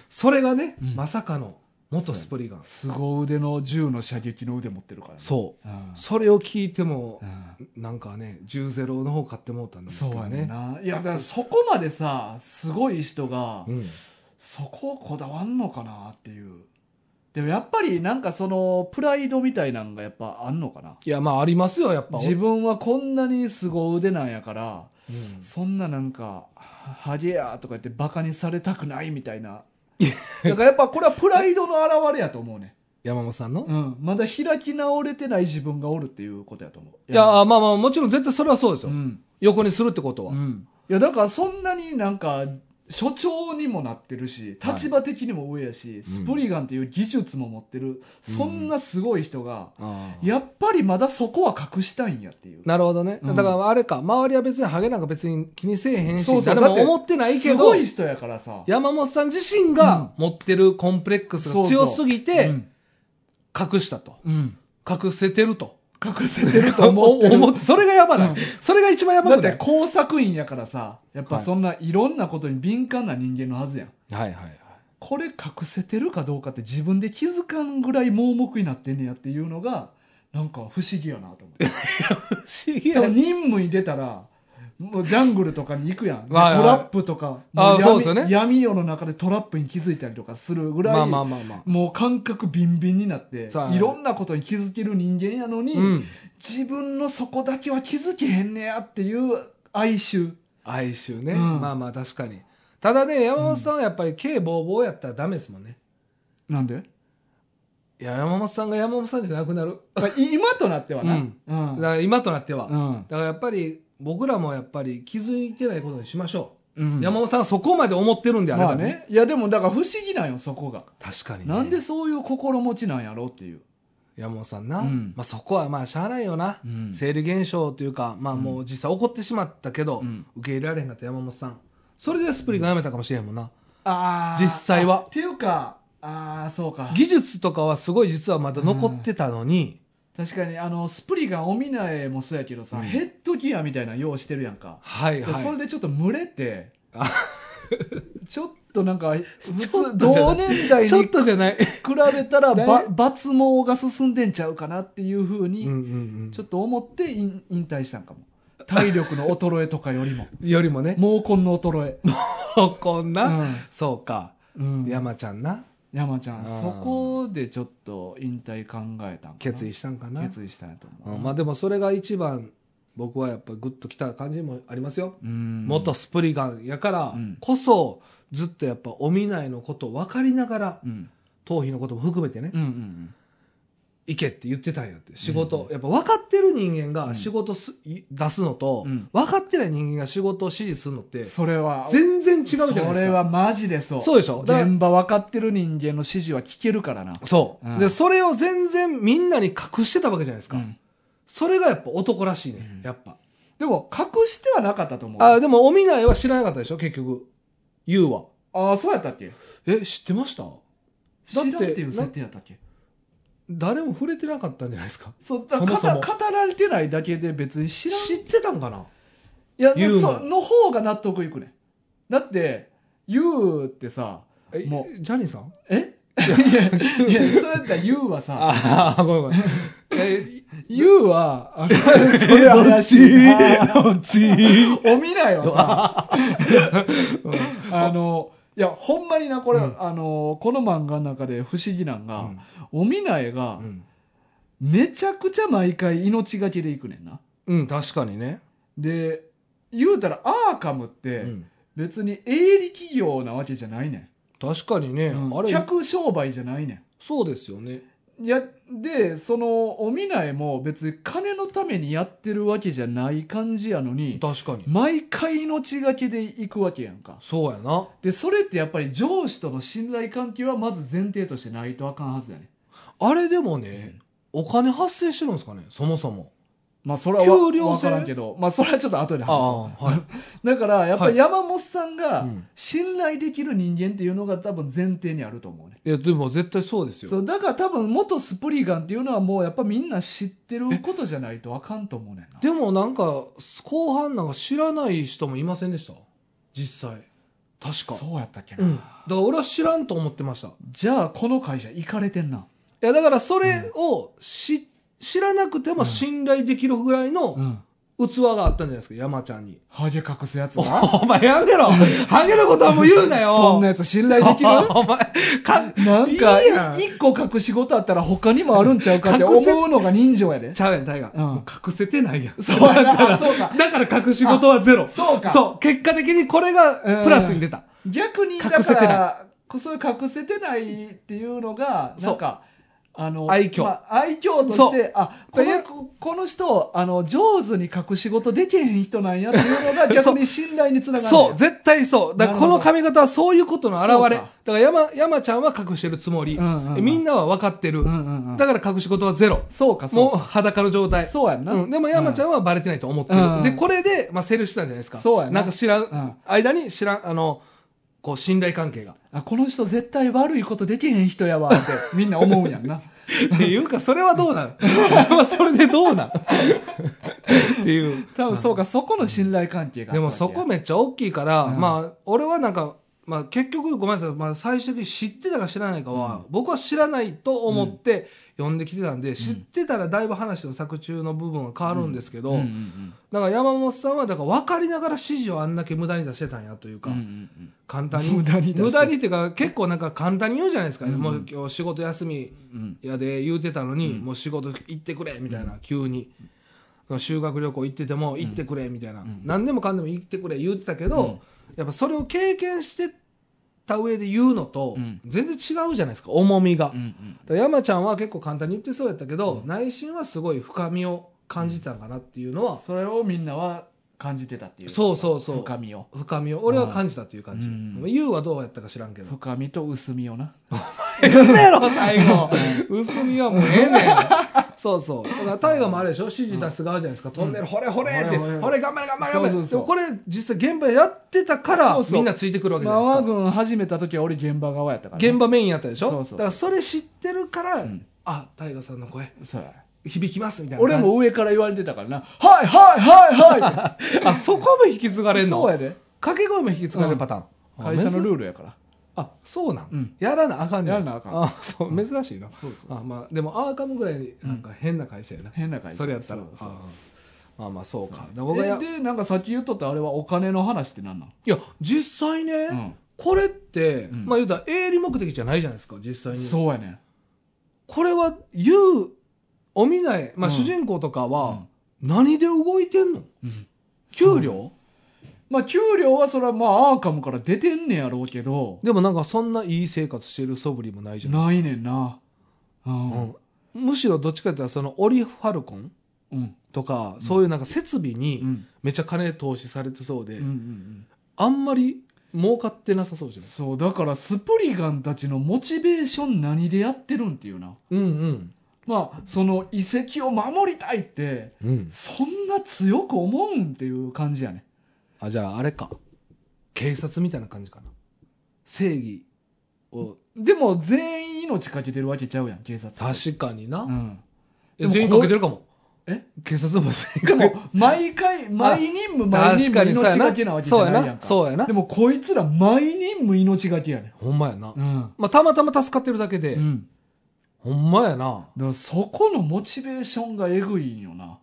[SPEAKER 2] それがね、
[SPEAKER 1] うん
[SPEAKER 2] まさかの元スプリガン
[SPEAKER 1] 凄腕の銃の射撃の腕持ってるからね。
[SPEAKER 2] そう
[SPEAKER 1] うん
[SPEAKER 2] それを聞いても
[SPEAKER 1] う、ん
[SPEAKER 2] なんかね10-0の方買ってもうたんです
[SPEAKER 1] そ
[SPEAKER 2] け
[SPEAKER 1] う
[SPEAKER 2] ど
[SPEAKER 1] や
[SPEAKER 2] ね
[SPEAKER 1] ねんな。いや、だからそこまでさ、すごい人が、
[SPEAKER 2] うん
[SPEAKER 1] そこをこだわんのかなっていうでもやっぱりなんかそのプライドみたいなんがやっぱあんのかない
[SPEAKER 2] やまあありますよやっぱ
[SPEAKER 1] 自分はこんなに凄腕なんやから
[SPEAKER 2] うん
[SPEAKER 1] そんななんかハゲやとか言ってバカにされたくないみたいなだからやっぱこれはプライドの表れやと思うね、
[SPEAKER 2] 山本さんの、
[SPEAKER 1] うん、まだ開き直れてない自分がおるっていうことやと思う
[SPEAKER 2] いやまあまあもちろん絶対それはそうです
[SPEAKER 1] う
[SPEAKER 2] よ、
[SPEAKER 1] ん、
[SPEAKER 2] 横にするってことは、
[SPEAKER 1] うん、いやだからそんなになんか所長にもなってるし
[SPEAKER 2] はい
[SPEAKER 1] 立場的にも上やし、スプリガンっていう技術も持ってる、そんなすごい人が、
[SPEAKER 2] あー
[SPEAKER 1] やっぱりまだそこは隠したいんやっていう
[SPEAKER 2] なるほどね。
[SPEAKER 1] うん
[SPEAKER 2] だからあれか、周りは別にハゲなんか別に気にせえへんし、
[SPEAKER 1] そうそう
[SPEAKER 2] 誰も思ってないけ
[SPEAKER 1] す
[SPEAKER 2] ど
[SPEAKER 1] ご、い人やからさ
[SPEAKER 2] 山本さん自身が持ってるコンプレックスが強すぎて
[SPEAKER 1] う、ん
[SPEAKER 2] 隠したと。
[SPEAKER 1] うん
[SPEAKER 2] 隠せてると。
[SPEAKER 1] 隠せてると 思ってる
[SPEAKER 2] 思ってそれがやばない、
[SPEAKER 1] うん
[SPEAKER 2] それが一番やば
[SPEAKER 1] だっ
[SPEAKER 2] くな
[SPEAKER 1] て
[SPEAKER 2] い
[SPEAKER 1] 工作員やからさやっぱ
[SPEAKER 2] はい
[SPEAKER 1] そんないろんなことに敏感な人間のはずやん
[SPEAKER 2] はいはいはい
[SPEAKER 1] これ隠せてるかどうかって自分で気づかんぐらい盲目になってんねやっていうのがなんか不思議やなと思 って
[SPEAKER 2] 不思議
[SPEAKER 1] で
[SPEAKER 2] や
[SPEAKER 1] も
[SPEAKER 2] ね
[SPEAKER 1] 任務に出たらもうジャングルとかに行くやんでト
[SPEAKER 2] はいはい
[SPEAKER 1] ラップとか
[SPEAKER 2] あ
[SPEAKER 1] もう
[SPEAKER 2] そうですよね
[SPEAKER 1] 闇闇夜の中でトラップに気づいたりとかするぐらい
[SPEAKER 2] まあまあまあ まあ
[SPEAKER 1] もう感覚ビンビンになって
[SPEAKER 2] そうやね
[SPEAKER 1] いろんなことに気づける人間やのに、
[SPEAKER 2] うん
[SPEAKER 1] 自分のそこだけは気づけへんねやっていう哀愁
[SPEAKER 2] 哀愁ね、
[SPEAKER 1] うん
[SPEAKER 2] まあまあ確かにただね山本さんはやっぱり軽ボーボーやったらダメですもんね、
[SPEAKER 1] なんで
[SPEAKER 2] いや山本さんが山本さんじゃなくなる
[SPEAKER 1] まあ今となってはな、
[SPEAKER 2] うん
[SPEAKER 1] うん
[SPEAKER 2] だから今となっては、
[SPEAKER 1] う
[SPEAKER 2] だ
[SPEAKER 1] ん
[SPEAKER 2] からやっぱり僕らもやっぱり気づいてないことにしましょ
[SPEAKER 1] うん
[SPEAKER 2] う、山本さんはそこまで思ってるんであれ
[SPEAKER 1] ま
[SPEAKER 2] ば
[SPEAKER 1] あ
[SPEAKER 2] ね,、
[SPEAKER 1] ねいやでもだから不思議なんよそこが、
[SPEAKER 2] 確かに、ね、
[SPEAKER 1] なんでそういう心持ちなんやろうっていう、
[SPEAKER 2] 山本さんな、
[SPEAKER 1] うん
[SPEAKER 2] まあ、そこはまあしゃあないよな、
[SPEAKER 1] うん
[SPEAKER 2] 生理現象というかまあもう実際起こってしまったけど、
[SPEAKER 1] うん
[SPEAKER 2] 受け入れられへんかった山本さんそれでスプリンがやめたかもしれんもんな、
[SPEAKER 1] あー
[SPEAKER 2] 実際は
[SPEAKER 1] あっていうかああそうか
[SPEAKER 2] 技術とかはすごい実はまだ残ってたのに、
[SPEAKER 1] 確かにあのスプリガンオミナエもそうやけどさ、
[SPEAKER 2] うん
[SPEAKER 1] ヘッドギアみたいなの用意してるやんか、
[SPEAKER 2] はいはい
[SPEAKER 1] でそれでちょっと群れて
[SPEAKER 2] あ
[SPEAKER 1] ちょっとなんか普
[SPEAKER 2] ち
[SPEAKER 1] 通
[SPEAKER 2] ょっとじゃ
[SPEAKER 1] 同
[SPEAKER 2] ない
[SPEAKER 1] 年代に
[SPEAKER 2] ちょっ
[SPEAKER 1] 比
[SPEAKER 2] とじゃない。
[SPEAKER 1] べたら
[SPEAKER 2] だい
[SPEAKER 1] ば抜毛が進んでんちゃうかなっていうふう
[SPEAKER 2] うんう
[SPEAKER 1] に
[SPEAKER 2] ん
[SPEAKER 1] ちょっと思って引引退したんかも体力の衰えとかよりも
[SPEAKER 2] うん。よりもね。
[SPEAKER 1] 毛根の衰え
[SPEAKER 2] こんな、そうか。
[SPEAKER 1] うんうん
[SPEAKER 2] 山ちゃんな。
[SPEAKER 1] 山ちゃん
[SPEAKER 2] あー
[SPEAKER 1] そこでちょっと引退考えたんかな
[SPEAKER 2] 決意したんかな。
[SPEAKER 1] 決意したんやと
[SPEAKER 2] う、
[SPEAKER 1] 思うん
[SPEAKER 2] まあでもそれが一番、僕はやっぱグッときた感じもありますよ。
[SPEAKER 1] うん
[SPEAKER 2] 元スプリガンやから
[SPEAKER 1] うん
[SPEAKER 2] こそ、ずっとやっぱお見ないのことを分かりながら、
[SPEAKER 1] うん
[SPEAKER 2] 頭皮のことも含めてね、
[SPEAKER 1] うんうんうん
[SPEAKER 2] 行けって言ってたんやって。仕事、やっぱ分かってる人間
[SPEAKER 1] う
[SPEAKER 2] が
[SPEAKER 1] ん
[SPEAKER 2] 仕事す、い出すのと、
[SPEAKER 1] うん
[SPEAKER 2] 分かってない人間が仕事を指示するのって、
[SPEAKER 1] それは
[SPEAKER 2] 全然違うじゃないですか。
[SPEAKER 1] それはマジでそう
[SPEAKER 2] そうでしょだから
[SPEAKER 1] 現場分かってる人間の指示は聞けるからな
[SPEAKER 2] そう、
[SPEAKER 1] うん
[SPEAKER 2] で、それを全然みんなに隠してたわけじゃないですか。
[SPEAKER 1] うん
[SPEAKER 2] それがやっぱ男らしいね。
[SPEAKER 1] うん
[SPEAKER 2] やっぱ。
[SPEAKER 1] でも隠してはなかったと思う
[SPEAKER 2] あーでも、お見ないは知らなかったでしょ結局。言うは。
[SPEAKER 1] ああそうやったっけ
[SPEAKER 2] え、知ってました
[SPEAKER 1] 知らんってい
[SPEAKER 2] な
[SPEAKER 1] う設定やったっけ
[SPEAKER 2] 誰も触れてなかったんじゃないですか
[SPEAKER 1] そうだ
[SPEAKER 2] そもそ
[SPEAKER 1] 語
[SPEAKER 2] も
[SPEAKER 1] 語られてないだけで別に知らん
[SPEAKER 2] 知ってたんかない
[SPEAKER 1] や
[SPEAKER 2] ユウも
[SPEAKER 1] その方が納得いくねだってユウってさ
[SPEAKER 2] え
[SPEAKER 1] も
[SPEAKER 2] ジャニーさん
[SPEAKER 1] え いやいやそうやったらユウはさ
[SPEAKER 2] ああ、ごめんごめん。 え、
[SPEAKER 1] ユウはあの
[SPEAKER 2] どっちどっち
[SPEAKER 1] お未来はさ
[SPEAKER 2] うん
[SPEAKER 1] あのいやほんまになこれ、
[SPEAKER 2] うん
[SPEAKER 1] あのこの漫画の中で不思議なんが、おみなえが
[SPEAKER 2] うん
[SPEAKER 1] めちゃくちゃ毎回命がけでいくねんな
[SPEAKER 2] うん、確かにね。
[SPEAKER 1] で言うたらアーカムっ
[SPEAKER 2] う
[SPEAKER 1] て
[SPEAKER 2] ん
[SPEAKER 1] 別に営利企業なわけじゃないね
[SPEAKER 2] 確かにね、
[SPEAKER 1] ん、うん
[SPEAKER 2] あれ、
[SPEAKER 1] 客商売じゃないね
[SPEAKER 2] そうですよね。
[SPEAKER 1] んいやでそのおみなえも別に金のためにやってるわけじゃない感じやのに
[SPEAKER 2] 確かに。
[SPEAKER 1] 毎回命がけで行くわけやんか
[SPEAKER 2] そうやな。
[SPEAKER 1] でそれってやっぱり上司との信頼関係はまず前提としてないとあかんはずやね
[SPEAKER 2] あれでもね、お金発生してるんですかねそもそも。
[SPEAKER 1] まあそれは
[SPEAKER 2] 給料
[SPEAKER 1] 分
[SPEAKER 2] 制
[SPEAKER 1] からんけどまあそれはちょっと後で話そう
[SPEAKER 2] あ、はい。
[SPEAKER 1] だからやっぱ
[SPEAKER 2] は
[SPEAKER 1] り山本さん
[SPEAKER 2] う
[SPEAKER 1] が
[SPEAKER 2] ん
[SPEAKER 1] 信頼できる人間っていうのが多分前提にあると思うね、
[SPEAKER 2] いや、でも絶対そうですよ。
[SPEAKER 1] そうだから多分元スプリガンっていうのはもうやっぱみんな知ってることじゃないとあかんと思うねんな
[SPEAKER 2] でもなんか、後半なんか知らない人もいませんでした実際。確か。
[SPEAKER 1] そうやったっけな、
[SPEAKER 2] うん。だから俺は知らんと思ってました。い
[SPEAKER 1] じゃあこの会社行かれてんな
[SPEAKER 2] や、だからそれをし、知らなくて
[SPEAKER 1] う
[SPEAKER 2] も
[SPEAKER 1] ん
[SPEAKER 2] 信頼できるぐらいの
[SPEAKER 1] うん
[SPEAKER 2] 器があったんじゃないですか、山ちゃんに。
[SPEAKER 1] ハゲ隠すやつ
[SPEAKER 2] お
[SPEAKER 1] は
[SPEAKER 2] お前やめろハゲのことはもう言うなよ
[SPEAKER 1] そんなやつ信頼で きる
[SPEAKER 2] お前、か、
[SPEAKER 1] なんか
[SPEAKER 2] いいやん
[SPEAKER 1] 一個隠し事あったら他にもあるんちゃうかって思うのが人情やで
[SPEAKER 2] ちゃうやん、タイガー。
[SPEAKER 1] うん
[SPEAKER 2] もう隠せてないやん。
[SPEAKER 1] そうやな
[SPEAKER 2] だ
[SPEAKER 1] そう
[SPEAKER 2] か、
[SPEAKER 1] から
[SPEAKER 2] だから隠し事はゼロ。
[SPEAKER 1] そうか
[SPEAKER 2] そう。結果的にこれ
[SPEAKER 1] う
[SPEAKER 2] が
[SPEAKER 1] ん
[SPEAKER 2] プラスに出た。
[SPEAKER 1] 逆にだ
[SPEAKER 2] 隠
[SPEAKER 1] か
[SPEAKER 2] せて
[SPEAKER 1] らこそういう隠せてないっていうのが
[SPEAKER 2] そう
[SPEAKER 1] なんかあの
[SPEAKER 2] 愛嬌
[SPEAKER 1] まあ、愛嬌とし
[SPEAKER 2] そ
[SPEAKER 1] てあこ
[SPEAKER 2] こ
[SPEAKER 1] の
[SPEAKER 2] れ
[SPEAKER 1] ここの人あの上手に隠し事できへん人なんやっていうのが 逆に信頼につながる
[SPEAKER 2] そう、絶対そう。だから
[SPEAKER 1] なる
[SPEAKER 2] この
[SPEAKER 1] ほど
[SPEAKER 2] 髪型はそういうことの表れ。
[SPEAKER 1] そう
[SPEAKER 2] だ
[SPEAKER 1] か
[SPEAKER 2] から山、山ちゃんは隠してるつもり。
[SPEAKER 1] うんうんうん
[SPEAKER 2] でみんなは分かって
[SPEAKER 1] う
[SPEAKER 2] る。
[SPEAKER 1] んうんうん
[SPEAKER 2] だから隠し事はゼロ。
[SPEAKER 1] そうか
[SPEAKER 2] もう
[SPEAKER 1] そう
[SPEAKER 2] 裸の状態。
[SPEAKER 1] そうやんな、
[SPEAKER 2] うん、でも山ちゃ
[SPEAKER 1] うん
[SPEAKER 2] はバレてないと思ってる。
[SPEAKER 1] うん
[SPEAKER 2] で、これで、まあ、セールしてたんじゃないですか。
[SPEAKER 1] そうやな
[SPEAKER 2] なんか知らん、
[SPEAKER 1] うん
[SPEAKER 2] 間に知らん、あの、こう、信頼関係が。
[SPEAKER 1] あこの人絶対悪いことできへん人やわってみんな思うんやんな
[SPEAKER 2] っていうか、それはどうなん それはそれでどうなん っていう。
[SPEAKER 1] 多分そうか、そこの信頼関係があ
[SPEAKER 2] で
[SPEAKER 1] った
[SPEAKER 2] も
[SPEAKER 1] わけや。
[SPEAKER 2] そこめっちゃ大きいから、
[SPEAKER 1] うん
[SPEAKER 2] まあ、俺はなんか、まあ結局ごめんなさい、まあ最終的に知ってたか知らないかは、僕は知らないと思って呼んできてたんで、知ってたらだいぶ話の作中の部分は変わるんですけ
[SPEAKER 1] う
[SPEAKER 2] ど、
[SPEAKER 1] んうんうん
[SPEAKER 2] だから山本さんはだから分かりながら指示をあんだけ無駄に出してたんやというか、
[SPEAKER 1] うんうんうん
[SPEAKER 2] 簡単に
[SPEAKER 1] 無駄に出して
[SPEAKER 2] 無駄にっていうか結構なんか簡単に言うじゃないですか、
[SPEAKER 1] うん
[SPEAKER 2] もう今日仕事休み
[SPEAKER 1] うん
[SPEAKER 2] やで言うてたのに、
[SPEAKER 1] うん
[SPEAKER 2] もう仕事行ってくれみたいな、急に修学旅行行ってても行ってくれみたいな、
[SPEAKER 1] うん
[SPEAKER 2] 何でもかんでも行ってくれ言うてたけど、やっぱそれを経験してた上で言うのと、
[SPEAKER 1] うん
[SPEAKER 2] 全然違うじゃないですか重みが、
[SPEAKER 1] うんうん
[SPEAKER 2] だから山ちゃんは結構簡単に言ってそうやったけど、内心はすごい深みを感じたんかなっていうのは、
[SPEAKER 1] それをみんなは感じてたっていう。
[SPEAKER 2] そうそうそう
[SPEAKER 1] 深みを。
[SPEAKER 2] 深みを俺は感じたっていう感じ、
[SPEAKER 1] う
[SPEAKER 2] うん優はどうやったか知らんけど
[SPEAKER 1] 深みと薄みをな。
[SPEAKER 2] やめろ、最 後。薄みはもうええねん。 そうそう。だから、大河もあれでしょ指示出す側じゃないですか。飛んでる、ほれほれって、
[SPEAKER 1] ほれほれ
[SPEAKER 2] ほれ頑張れ頑張れ頑張れ。
[SPEAKER 1] そうそうそう
[SPEAKER 2] でもこれ、実際現場やってたから
[SPEAKER 1] そう、そう
[SPEAKER 2] みんなついてくるわけじゃ
[SPEAKER 1] マ
[SPEAKER 2] ないです
[SPEAKER 1] ワ
[SPEAKER 2] か。
[SPEAKER 1] 軍始めた時は俺現場側やったから、
[SPEAKER 2] 現場メインやったでしょ
[SPEAKER 1] そうそうそう
[SPEAKER 2] だから、それ知ってるから
[SPEAKER 1] ん、
[SPEAKER 2] あ、大河さんの声、
[SPEAKER 1] そうや。
[SPEAKER 2] 響きます、みたいな。
[SPEAKER 1] 俺。も上から言われてたからな。はいはいはい は
[SPEAKER 2] あ、そこも引き継がれ
[SPEAKER 1] い
[SPEAKER 2] んの
[SPEAKER 1] そうやで。
[SPEAKER 2] 掛け声も引き継がれるパターン。
[SPEAKER 1] 会社の
[SPEAKER 2] ール。
[SPEAKER 1] ルールやから。
[SPEAKER 2] あ、そうなん。
[SPEAKER 1] うん
[SPEAKER 2] やらなあかんね
[SPEAKER 1] やらなあかん
[SPEAKER 2] あ、そう、珍しいな。
[SPEAKER 1] そうそうそう
[SPEAKER 2] あ、まあ、でも、アーカムぐらい、なんか変な会社やな。
[SPEAKER 1] 変な会社。
[SPEAKER 2] それやったら
[SPEAKER 1] そうそう
[SPEAKER 2] ああまあまあそうかだから僕が
[SPEAKER 1] え
[SPEAKER 2] や
[SPEAKER 1] で、なんかさっき言っとったあれはお金の話ってなんなん
[SPEAKER 2] いや実際ね、
[SPEAKER 1] うん
[SPEAKER 2] これって、
[SPEAKER 1] うん
[SPEAKER 2] まあ言うたら営利目的じゃないじゃないですか実際に
[SPEAKER 1] そうやねん。
[SPEAKER 2] これは言うお見ない、まあ、
[SPEAKER 1] うん
[SPEAKER 2] 主人公とかは何で動いてんの、
[SPEAKER 1] うん
[SPEAKER 2] 給料
[SPEAKER 1] まあ給料はそれはまあアーカムから出てんねやろうけど、
[SPEAKER 2] でもなんかそんないい生活してる素振りもないじゃない
[SPEAKER 1] ないねんな。うん。うん。
[SPEAKER 2] うんむしろどっちかって言ったらそのオリファルコン
[SPEAKER 1] うん。
[SPEAKER 2] とか、そういうなんか設備
[SPEAKER 1] う
[SPEAKER 2] に
[SPEAKER 1] ん。
[SPEAKER 2] めっちゃ金投資されてそうで、
[SPEAKER 1] うんうん。
[SPEAKER 2] あんまり儲かってなさそうじゃない
[SPEAKER 1] そう、だからスプリガンたちのモチベーション何でやってるんっていうな。
[SPEAKER 2] うん
[SPEAKER 1] まあ、その遺跡を守りたいって、
[SPEAKER 2] うんうん
[SPEAKER 1] そんな強く思うんっていう感じやね。
[SPEAKER 2] あ、じゃああれか。警察みたいな感じかな。正義を。
[SPEAKER 1] でも全員命かけてるわけちゃうやん、警察。
[SPEAKER 2] 確かにな。
[SPEAKER 1] うん。
[SPEAKER 2] え全員かけてるかも。
[SPEAKER 1] え
[SPEAKER 2] 警察も全
[SPEAKER 1] で
[SPEAKER 2] 員かけ
[SPEAKER 1] も、毎 回、毎任務、毎任
[SPEAKER 2] 確
[SPEAKER 1] 務、
[SPEAKER 2] かにそうや
[SPEAKER 1] 命
[SPEAKER 2] な
[SPEAKER 1] がけなわ。けじ
[SPEAKER 2] そ
[SPEAKER 1] ゃ
[SPEAKER 2] うや
[SPEAKER 1] ないやん
[SPEAKER 2] な。
[SPEAKER 1] か。
[SPEAKER 2] そうやな
[SPEAKER 1] で。も、こいつら、毎任務、命がけやね
[SPEAKER 2] ほんまやな。
[SPEAKER 1] ん。うん。
[SPEAKER 2] まあ、たまたま助かってるだけ
[SPEAKER 1] う
[SPEAKER 2] で。
[SPEAKER 1] ん。
[SPEAKER 2] ほんまやな。
[SPEAKER 1] だから、そこのモチベーションがえぐいんよな。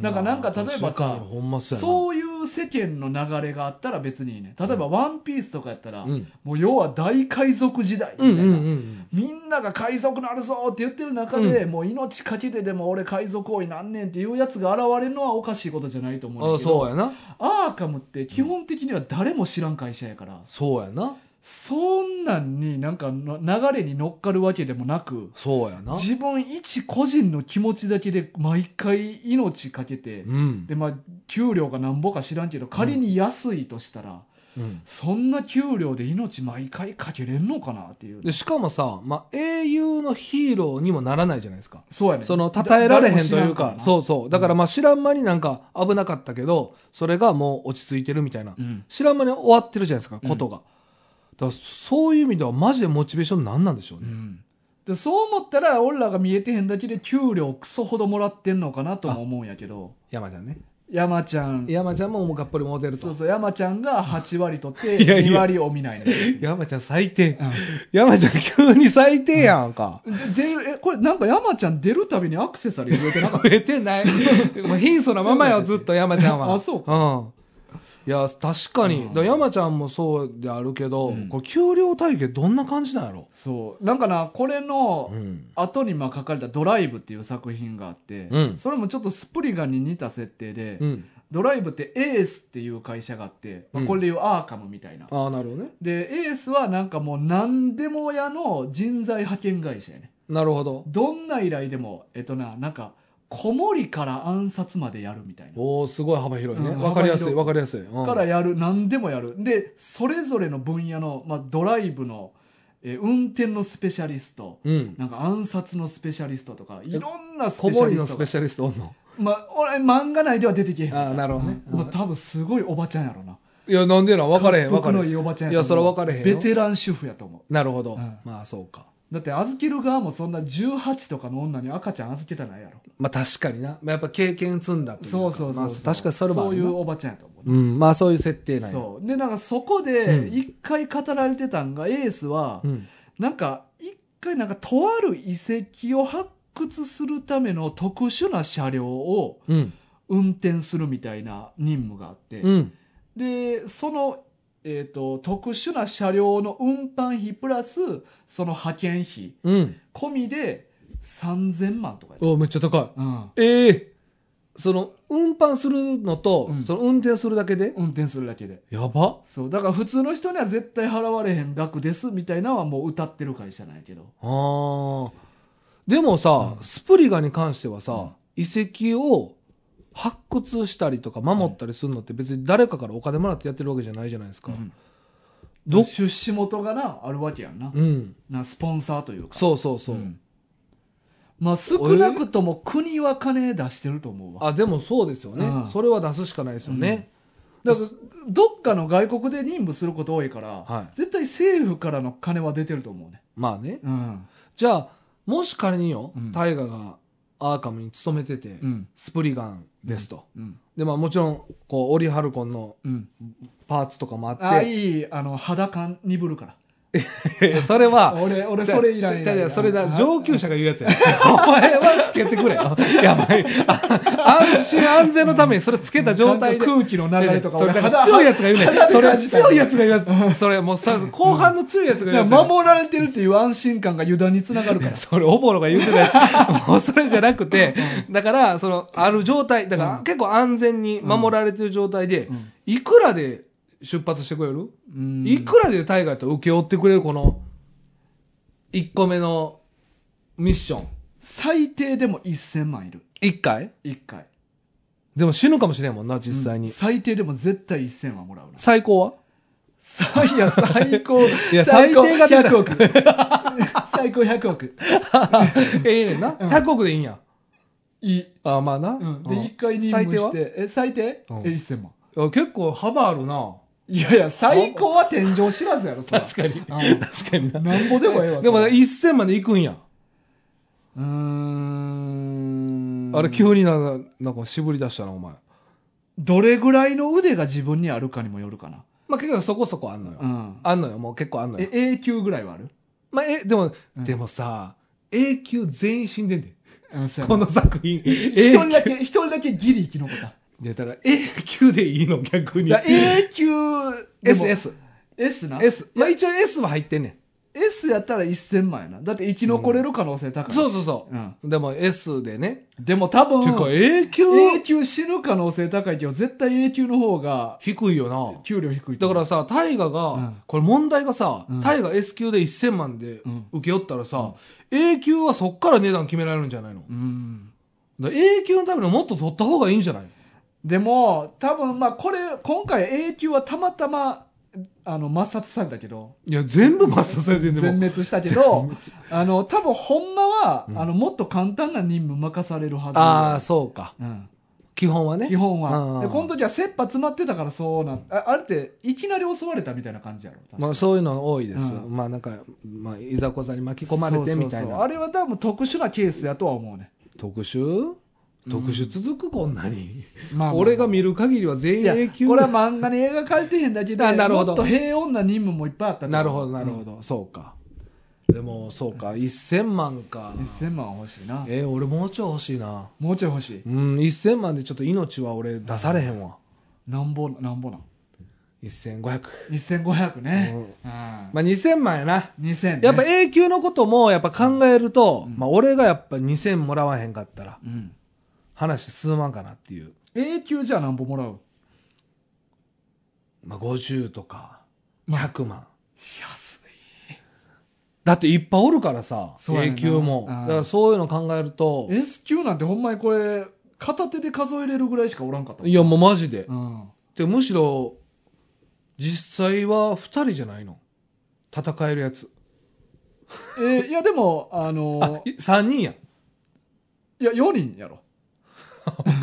[SPEAKER 1] なんか
[SPEAKER 2] う
[SPEAKER 1] なんか例えばさ
[SPEAKER 2] 確かにほんまそう
[SPEAKER 1] そういう世間の流れがあったら別にいいね。例えば、ワンピースとかやったら、
[SPEAKER 2] やな。うん。
[SPEAKER 1] もう要は大海賊時代みた
[SPEAKER 2] う
[SPEAKER 1] い
[SPEAKER 2] ん
[SPEAKER 1] な、
[SPEAKER 2] うんうん。
[SPEAKER 1] みんなが海賊なるぞって言ってる中で、
[SPEAKER 2] う
[SPEAKER 1] もう命かけてでも俺海賊王になんねんっていうやつが現れるのはおかしいことじゃないと思うん
[SPEAKER 2] あ
[SPEAKER 1] だけど
[SPEAKER 2] そうやな。
[SPEAKER 1] アーカムって基本的には誰も知らん会社やから、
[SPEAKER 2] そうやな。
[SPEAKER 1] そんなんになんかの流れに乗っかるわけでもなく
[SPEAKER 2] そうやな。
[SPEAKER 1] 自分一個人の気持ちだけで毎回命かけて、
[SPEAKER 2] うん。
[SPEAKER 1] でまあ給料がなんぼか知らんけど仮に安いとしたら、
[SPEAKER 2] うん
[SPEAKER 1] そんな給料で命毎回かけれんのかなっていう
[SPEAKER 2] で、しかもさ、まあ、英雄のヒーローにもならないじゃないですか。
[SPEAKER 1] そうやね
[SPEAKER 2] その、称えられへんというか、
[SPEAKER 1] う、
[SPEAKER 2] そうそう。だからまあ知らん間になんか危なかったけど、それがもう落ち着いてるみたいな。
[SPEAKER 1] うん、
[SPEAKER 2] 知らん間に終わってるじゃないですか、
[SPEAKER 1] うん
[SPEAKER 2] ことが。だからそういう意味ではマジでモチベーションなんなんでしょうね。
[SPEAKER 1] でそう思ったら俺らが見えてへんだけで給料クソほどもらってんのかなとも思うんやけど
[SPEAKER 2] 山ちゃんね。
[SPEAKER 1] 山ちゃん
[SPEAKER 2] 山ちゃんももうがっぽりモデル
[SPEAKER 1] そ
[SPEAKER 2] と
[SPEAKER 1] う。そう山ちゃんが8割取って
[SPEAKER 2] いやい
[SPEAKER 1] 2
[SPEAKER 2] や
[SPEAKER 1] 割を見ないね
[SPEAKER 2] 山ちゃん最低。
[SPEAKER 1] う
[SPEAKER 2] 山ちゃん急に最低やんか。
[SPEAKER 1] んで出るえこれなんか山ちゃん出るたびにアクセサリー増えてなかっ
[SPEAKER 2] 増えてない。 もう貧相な ままよ、ずっと山ちゃんは。
[SPEAKER 1] あそう
[SPEAKER 2] か。うん。いや、確かに。
[SPEAKER 1] うん
[SPEAKER 2] だから山ちゃんもそうであるけど、
[SPEAKER 1] うん
[SPEAKER 2] これ給料体系どんな感じなんやろ
[SPEAKER 1] たそうなんかなこれの
[SPEAKER 2] ん。
[SPEAKER 1] 後にまあ書かれた「ドライブ」っていう作品があって、
[SPEAKER 2] うん
[SPEAKER 1] それもちょっとスプリガンに似た設定で、
[SPEAKER 2] うん。
[SPEAKER 1] ドライブってエースっていう会社があって、まあ
[SPEAKER 2] うん
[SPEAKER 1] これでいうアーカムみたいな、
[SPEAKER 2] ああ、なるほどね。
[SPEAKER 1] でエースはなんかもう何でも屋の人材派遣会社やね
[SPEAKER 2] なるほど。
[SPEAKER 1] どんな依頼でもえっとななんか子守から暗殺までやるみたいな
[SPEAKER 2] おおすごい幅広いね。
[SPEAKER 1] うん
[SPEAKER 2] わ、かりやす
[SPEAKER 1] 幅広
[SPEAKER 2] い、
[SPEAKER 1] い
[SPEAKER 2] わかりやすい。うん
[SPEAKER 1] からやる何でもやるでそれぞれの分野の、まあ、ドライブの、えー運転のスペシャリスト
[SPEAKER 2] うん。
[SPEAKER 1] なんか暗殺のスペシャリストとかいろんなス
[SPEAKER 2] 小
[SPEAKER 1] ペシャ
[SPEAKER 2] 森
[SPEAKER 1] リ
[SPEAKER 2] の
[SPEAKER 1] ス
[SPEAKER 2] ス
[SPEAKER 1] ト
[SPEAKER 2] ペ
[SPEAKER 1] が
[SPEAKER 2] シャリストおんの。
[SPEAKER 1] まあ俺漫画内では出てけへん
[SPEAKER 2] ああ、なるほどね。
[SPEAKER 1] うんまあ、多分すごいおばちゃんやろない
[SPEAKER 2] や、なんでなん、わかれへん、わ
[SPEAKER 1] 僕
[SPEAKER 2] かれへ
[SPEAKER 1] の
[SPEAKER 2] ん。
[SPEAKER 1] いいおばちゃん
[SPEAKER 2] いや、それは
[SPEAKER 1] は
[SPEAKER 2] わかれへんよ。
[SPEAKER 1] ベテラン主婦やと思う
[SPEAKER 2] なるほど、
[SPEAKER 1] うん
[SPEAKER 2] まあ、そうか。
[SPEAKER 1] だって預ける側もそんな18とかの女に赤ちゃん預けたないやろ
[SPEAKER 2] まあ確かにな。まあ、やっぱ経験積んだというか。
[SPEAKER 1] そうそうそうそう、
[SPEAKER 2] まあ確かにそれもあ
[SPEAKER 1] そうい
[SPEAKER 2] るな
[SPEAKER 1] うおばちゃんやと思うな、
[SPEAKER 2] うん、まあそういう設定なんや。
[SPEAKER 1] そうでなんかそこ
[SPEAKER 2] う
[SPEAKER 1] で
[SPEAKER 2] ん
[SPEAKER 1] 一回語られてたんが、エースは
[SPEAKER 2] うん。
[SPEAKER 1] なんか一回なんかとある遺跡を発掘するための特殊な車両を
[SPEAKER 2] うん。
[SPEAKER 1] 運転するみたいな任務があって、
[SPEAKER 2] うん。
[SPEAKER 1] でその、えー、と特殊な車両の運搬費プラスその派遣費
[SPEAKER 2] うん。
[SPEAKER 1] 込みで3000万とかやった
[SPEAKER 2] おめっちゃ高
[SPEAKER 1] うん、
[SPEAKER 2] い。ええその、運搬するのと、
[SPEAKER 1] うん
[SPEAKER 2] その運転するだけで、
[SPEAKER 1] 運転するだけで
[SPEAKER 2] やば。
[SPEAKER 1] そうだから普通の人には絶対払われへん額ですみたいなのはもう歌ってる会社なんやけど
[SPEAKER 2] ああ。でもさ、
[SPEAKER 1] うん
[SPEAKER 2] スプリガに関してはさ、遺跡を発掘したりとか守ったりするのって別に誰かからお金もらってやってるわけじゃないじゃないですか。
[SPEAKER 1] うん
[SPEAKER 2] どっ
[SPEAKER 1] 出資元がなあるわけやんな,、
[SPEAKER 2] うん。
[SPEAKER 1] なスポンサーというか
[SPEAKER 2] そうそうそう。
[SPEAKER 1] んまあ少なくとも国は金出してると思うわ
[SPEAKER 2] あ、でもそうですよね、
[SPEAKER 1] うん
[SPEAKER 2] それは出すしかないですよね。
[SPEAKER 1] だからどっかの外国で任務すること多いから、
[SPEAKER 2] はい
[SPEAKER 1] 絶対政府からの金は出てると思うね
[SPEAKER 2] まあね。
[SPEAKER 1] うん
[SPEAKER 2] じゃあ、もし仮によ、
[SPEAKER 1] うん
[SPEAKER 2] タイガがアーカムに勤めてて、
[SPEAKER 1] うん
[SPEAKER 2] スプリガンですと。
[SPEAKER 1] うん
[SPEAKER 2] で、まあもちろん、こう、オリハルコンの
[SPEAKER 1] うん
[SPEAKER 2] パーツとかもあって、
[SPEAKER 1] あいいあの肌感鈍るから
[SPEAKER 2] それは、
[SPEAKER 1] 俺俺それ以来
[SPEAKER 2] じゃあじゃあそれだ、
[SPEAKER 1] あ
[SPEAKER 2] 上級者が言うやつや。お前はつけてくれ よ。やばい。あ安心安全のためにそれつけた状態で。
[SPEAKER 1] 空気の流れとか
[SPEAKER 2] それ
[SPEAKER 1] 俺
[SPEAKER 2] だから
[SPEAKER 1] 肌
[SPEAKER 2] 強いやつが言う ね。それは
[SPEAKER 1] 感じた
[SPEAKER 2] 強いやつが言うやつ。それもうさ、後半の強いやつが
[SPEAKER 1] い
[SPEAKER 2] 言
[SPEAKER 1] や
[SPEAKER 2] うやつや。
[SPEAKER 1] 守られてるっていう安心感が油断につながるから
[SPEAKER 2] それ、おぼろが言うてたやつ。もうそれじゃなくて、だから、その、ある状態、だから結構安全に守られてる状態で
[SPEAKER 1] うん、
[SPEAKER 2] いくらで出発してくれる
[SPEAKER 1] うん
[SPEAKER 2] いくらでタイガーと請け負ってくれるこの、1個目のミッション。
[SPEAKER 1] 最低でも1000万いる
[SPEAKER 2] 1回
[SPEAKER 1] 1回
[SPEAKER 2] でも死ぬかもしれんもんな、実際に。
[SPEAKER 1] 最低でも絶対1000はもらうな
[SPEAKER 2] 最高は
[SPEAKER 1] さいや最高
[SPEAKER 2] いや最低が出た
[SPEAKER 1] 100億 最高100億
[SPEAKER 2] ええねんな。
[SPEAKER 1] うん
[SPEAKER 2] 100億でいいんや。
[SPEAKER 1] いい、
[SPEAKER 2] あまあな。
[SPEAKER 1] うん、
[SPEAKER 2] う
[SPEAKER 1] で
[SPEAKER 2] ん
[SPEAKER 1] 1回任務し
[SPEAKER 2] 最低
[SPEAKER 1] てえ最低、
[SPEAKER 2] うん
[SPEAKER 1] え1000万
[SPEAKER 2] はいや結構幅あるな。
[SPEAKER 1] いやいや最高は天井知らずやろそら
[SPEAKER 2] かに。
[SPEAKER 1] う
[SPEAKER 2] 確かにな。
[SPEAKER 1] んなんぼでもええわ
[SPEAKER 2] でも
[SPEAKER 1] そ
[SPEAKER 2] な
[SPEAKER 1] ら
[SPEAKER 2] 1000まで行くんや。
[SPEAKER 1] うーん
[SPEAKER 2] あれ急にな、なんか絞り出したな、お前。
[SPEAKER 1] どれぐらいの腕が自分にあるかにもよるかな
[SPEAKER 2] まあ結構そこそこあんのよ
[SPEAKER 1] う。ん
[SPEAKER 2] あんのよ、もう結構あんの
[SPEAKER 1] え
[SPEAKER 2] よ。
[SPEAKER 1] A 級ぐらいはある、
[SPEAKER 2] まあ、え、でも、
[SPEAKER 1] うん
[SPEAKER 2] でもさ、永久全員死んでんで。
[SPEAKER 1] うん、そうやな
[SPEAKER 2] この作品。
[SPEAKER 1] 一
[SPEAKER 2] 永
[SPEAKER 1] 人だけ、一人だけギリ生き残った。
[SPEAKER 2] いやだから永久でいいの、逆
[SPEAKER 1] い
[SPEAKER 2] に。
[SPEAKER 1] や、A 級、でも
[SPEAKER 2] S、。S。
[SPEAKER 1] S な。
[SPEAKER 2] S。まあ一応 S は入ってんねん。
[SPEAKER 1] S やったら1000万やな。だって生き残れる可能性高いし。
[SPEAKER 2] そうそうそう。
[SPEAKER 1] うん
[SPEAKER 2] でも S でね。
[SPEAKER 1] でも多
[SPEAKER 2] てか
[SPEAKER 1] 分、
[SPEAKER 2] 永久
[SPEAKER 1] A 級死ぬ可能性高いけど、絶対 A 級の方が
[SPEAKER 2] 低いよな。
[SPEAKER 1] 給料低いと
[SPEAKER 2] だ
[SPEAKER 1] 思
[SPEAKER 2] か
[SPEAKER 1] う。
[SPEAKER 2] らさ、大河が、
[SPEAKER 1] うん
[SPEAKER 2] これ問題がさ、
[SPEAKER 1] うん
[SPEAKER 2] 大河 S 級で1000万で
[SPEAKER 1] うん
[SPEAKER 2] 受け負ったらさ、A 級はそっから値段決められるんじゃないの、
[SPEAKER 1] うん。
[SPEAKER 2] だから ?A 級のためにもっと取った方がいいんじゃない
[SPEAKER 1] でも、多分、まあ、これ、今回 A 級はたまたま、あの、抹殺されたけど、
[SPEAKER 2] いや、全部抹殺されてんで
[SPEAKER 1] 全
[SPEAKER 2] も。
[SPEAKER 1] 滅したけど、あの、多分、ほんまは、
[SPEAKER 2] うん
[SPEAKER 1] あの、もっと簡単な任務任されるはず。
[SPEAKER 2] ああ、そうか。
[SPEAKER 1] うん。
[SPEAKER 2] 基本はね。
[SPEAKER 1] 基本
[SPEAKER 2] うん
[SPEAKER 1] は。で、この時は切羽詰まってたからそうなああれって、いきなり襲われたみたいな感じやろ。確か
[SPEAKER 2] まあ、そういうの多いです。
[SPEAKER 1] う
[SPEAKER 2] まあなんか、まあ、いざこざに巻き込まれてみ
[SPEAKER 1] そ
[SPEAKER 2] たいな。
[SPEAKER 1] うそうそうあれは多分特殊なケースやとは思うね。
[SPEAKER 2] 特集特集続く、こんなに。
[SPEAKER 1] まあまあ
[SPEAKER 2] 俺が見る限りは全
[SPEAKER 1] い
[SPEAKER 2] 員
[SPEAKER 1] や
[SPEAKER 2] 永久
[SPEAKER 1] これは漫画に映画描いてへんだけで
[SPEAKER 2] あなるほど
[SPEAKER 1] もっと平穏な任務もいっぱいあったと思う
[SPEAKER 2] なるほどなるほど、そうかでもそうか1000万か
[SPEAKER 1] うん1000万は欲しいな
[SPEAKER 2] えー俺もうちょい欲しいな
[SPEAKER 1] もうちょい欲しい
[SPEAKER 2] うん1000万でちょっと命は俺出されへんわ
[SPEAKER 1] なんぼなんぼなん
[SPEAKER 2] 1500
[SPEAKER 1] 2500ね、
[SPEAKER 2] う
[SPEAKER 1] うんん
[SPEAKER 2] まあ2000万やな
[SPEAKER 1] 2000ね
[SPEAKER 2] やっぱ永久のこともやっぱ考えると、まあ俺がやっぱ2000もらわへんかったら
[SPEAKER 1] うん
[SPEAKER 2] 話進まんかなっていう
[SPEAKER 1] A 級じゃあなんぼもらう
[SPEAKER 2] まあ50とか100万
[SPEAKER 1] 安い
[SPEAKER 2] だっていっぱいおるからさ
[SPEAKER 1] そうやねん
[SPEAKER 2] 永
[SPEAKER 1] な
[SPEAKER 2] 久も
[SPEAKER 1] うん
[SPEAKER 2] だからそういうの考えると
[SPEAKER 1] S 級なんてほんまにこれ片手で数えれるぐらいしかおらんかった
[SPEAKER 2] いやもうマジで
[SPEAKER 1] うん
[SPEAKER 2] でむしろ実際は2人じゃないの戦えるやつ
[SPEAKER 1] えーいやでもあ
[SPEAKER 2] あ
[SPEAKER 1] のー
[SPEAKER 2] い3 人や
[SPEAKER 1] いや4人やろ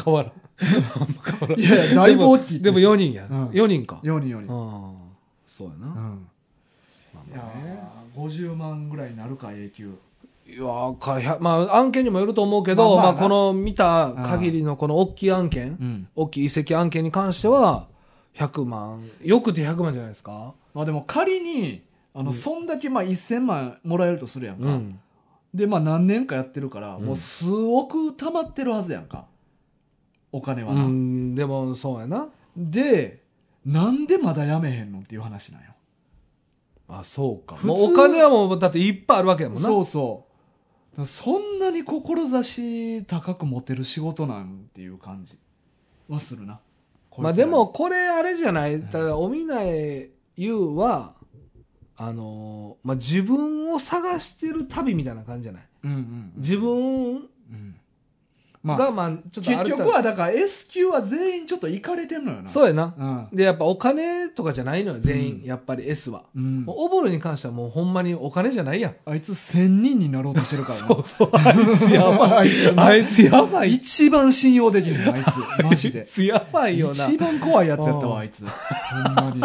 [SPEAKER 2] 変わらん変わらん
[SPEAKER 1] いやいやだいぶ大きい
[SPEAKER 2] でもでも4人や、
[SPEAKER 1] うん
[SPEAKER 2] 4人か
[SPEAKER 1] 4人4人
[SPEAKER 2] ああそうやな、
[SPEAKER 1] うん
[SPEAKER 2] まあ
[SPEAKER 1] いや
[SPEAKER 2] まあね
[SPEAKER 1] ー50万ぐらいになるか永久
[SPEAKER 2] いやーか100まあ、案件にもよると思うけ
[SPEAKER 1] まあ
[SPEAKER 2] ど、ま
[SPEAKER 1] ま
[SPEAKER 2] あ
[SPEAKER 1] あな
[SPEAKER 2] この見た限りのこの大きい案件、
[SPEAKER 1] うん
[SPEAKER 2] 大きい遺跡案件に関しては、100万、よくて100万じゃないですか。
[SPEAKER 1] まあでも仮にあの、そんだけまあ1000万もらえるとするやんか、
[SPEAKER 2] うん。
[SPEAKER 1] でまあ何年かやってるから、
[SPEAKER 2] うん
[SPEAKER 1] もう数億貯まってるはずやんかお金は
[SPEAKER 2] う
[SPEAKER 1] な、
[SPEAKER 2] ん、でもそうやな。
[SPEAKER 1] でなんでまだやめへんのっていう話なんよ
[SPEAKER 2] あ、そうか。
[SPEAKER 1] 普通
[SPEAKER 2] もうお金はもう、だっていっぱいあるわけやもんな。
[SPEAKER 1] そうそうだからそんなに志高く持てる仕事なんていう感じはするなこいつら
[SPEAKER 2] まあでも、これあれじゃない。ただ、おみなえゆうは、あのーまあ自分を探してる旅みたいな感じじゃない
[SPEAKER 1] うんうん
[SPEAKER 2] 自
[SPEAKER 1] う
[SPEAKER 2] 分
[SPEAKER 1] んまあ
[SPEAKER 2] が、まあ、ちょっ
[SPEAKER 1] 結
[SPEAKER 2] とある程
[SPEAKER 1] 局
[SPEAKER 2] 度
[SPEAKER 1] はだから S 級は全員ちょっといかれてんのよな
[SPEAKER 2] そうやな。
[SPEAKER 1] うん
[SPEAKER 2] で、やっぱお金とかじゃないのよ、全員。
[SPEAKER 1] うん
[SPEAKER 2] やっぱり S は。
[SPEAKER 1] うん
[SPEAKER 2] もうオボルに関してはもうほんまにお金じゃないやん。
[SPEAKER 1] あいつ1000人になろうとしてるからな
[SPEAKER 2] そうそう、あいつやば
[SPEAKER 1] あ
[SPEAKER 2] い
[SPEAKER 1] いつ。な
[SPEAKER 2] あいつやばい。
[SPEAKER 1] 一番信用できるのあい つマジ
[SPEAKER 2] あい
[SPEAKER 1] で
[SPEAKER 2] つやばいよな。
[SPEAKER 1] 一番怖いやつやった
[SPEAKER 2] うん
[SPEAKER 1] わあいつほんまに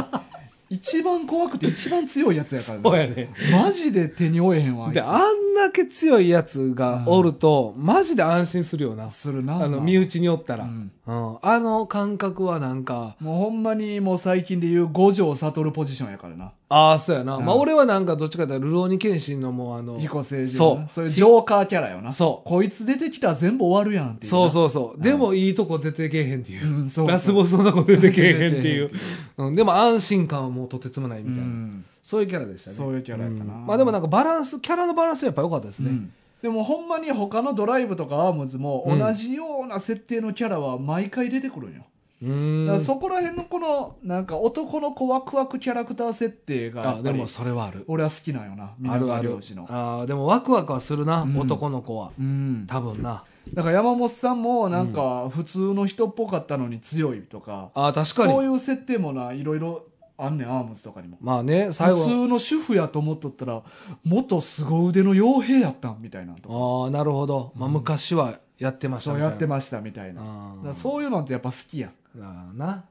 [SPEAKER 1] 一番怖くて一番強いやつやから
[SPEAKER 2] そう
[SPEAKER 1] な
[SPEAKER 2] やね。
[SPEAKER 1] マジで手に負えへんわ
[SPEAKER 2] で、
[SPEAKER 1] あい
[SPEAKER 2] あんだけ強いやつがおると、マジで安心するよな
[SPEAKER 1] つ。するな
[SPEAKER 2] あの、
[SPEAKER 1] ま
[SPEAKER 2] 身内におったら。
[SPEAKER 1] う
[SPEAKER 2] うん
[SPEAKER 1] ん
[SPEAKER 2] あの感覚はなんか、
[SPEAKER 1] もうほんまにもう最近で言う五条悟ポジションやからな
[SPEAKER 2] ああ、そうやな。
[SPEAKER 1] うん
[SPEAKER 2] まあ、俺はなんかどっちかというと、ルローニケンシンのもうあの、
[SPEAKER 1] 彦星人
[SPEAKER 2] そう
[SPEAKER 1] そういうジョーカーキャラよな
[SPEAKER 2] そう
[SPEAKER 1] こいつ出てきたら全部終わるやんっていう
[SPEAKER 2] そう
[SPEAKER 1] う
[SPEAKER 2] そうそう。でもいいとこ出てけえへんっていう。
[SPEAKER 1] うんそう
[SPEAKER 2] ラスボスのとこ出てけえ へんっていう。うん、でも安心感はもうとてつもないみ
[SPEAKER 1] う
[SPEAKER 2] たいな、
[SPEAKER 1] ん
[SPEAKER 2] そういうキャラでしたね
[SPEAKER 1] そういうキャラやったな
[SPEAKER 2] うんまあでもなんかバランスキャラのバランスはやっぱ良かったですね、
[SPEAKER 1] うんでもほんまに他のドライブとかアームズも
[SPEAKER 2] うん
[SPEAKER 1] 同じような設定のキャラは毎回出てくるんよ、
[SPEAKER 2] うー
[SPEAKER 1] だか
[SPEAKER 2] ん
[SPEAKER 1] らそこら辺のこのなんか男の子ワクワクキャラクター設定がや
[SPEAKER 2] あ
[SPEAKER 1] っぱ
[SPEAKER 2] で
[SPEAKER 1] り
[SPEAKER 2] もそれはある
[SPEAKER 1] 俺は好きなんよな
[SPEAKER 2] あ
[SPEAKER 1] 皆
[SPEAKER 2] るあ
[SPEAKER 1] 川
[SPEAKER 2] る
[SPEAKER 1] 良司の
[SPEAKER 2] あーでもワクワクはするな、
[SPEAKER 1] うん
[SPEAKER 2] 男の子は
[SPEAKER 1] うん、
[SPEAKER 2] 多分な
[SPEAKER 1] だから山本さんもなんか普通の人っぽかったのに強いとか、
[SPEAKER 2] あー確かに
[SPEAKER 1] そういう設定もないろいろあんねんアームズとかにも
[SPEAKER 2] まあね最
[SPEAKER 1] 普
[SPEAKER 2] 後
[SPEAKER 1] 通の主婦やと思っとったら元凄腕の傭兵やったんみたいなとか
[SPEAKER 2] ああなるほど、まあ、
[SPEAKER 1] うん
[SPEAKER 2] 昔はやってました
[SPEAKER 1] そうやって
[SPEAKER 2] し
[SPEAKER 1] ましたみたいな、だからそういうのってやっぱ好きやん
[SPEAKER 2] あーな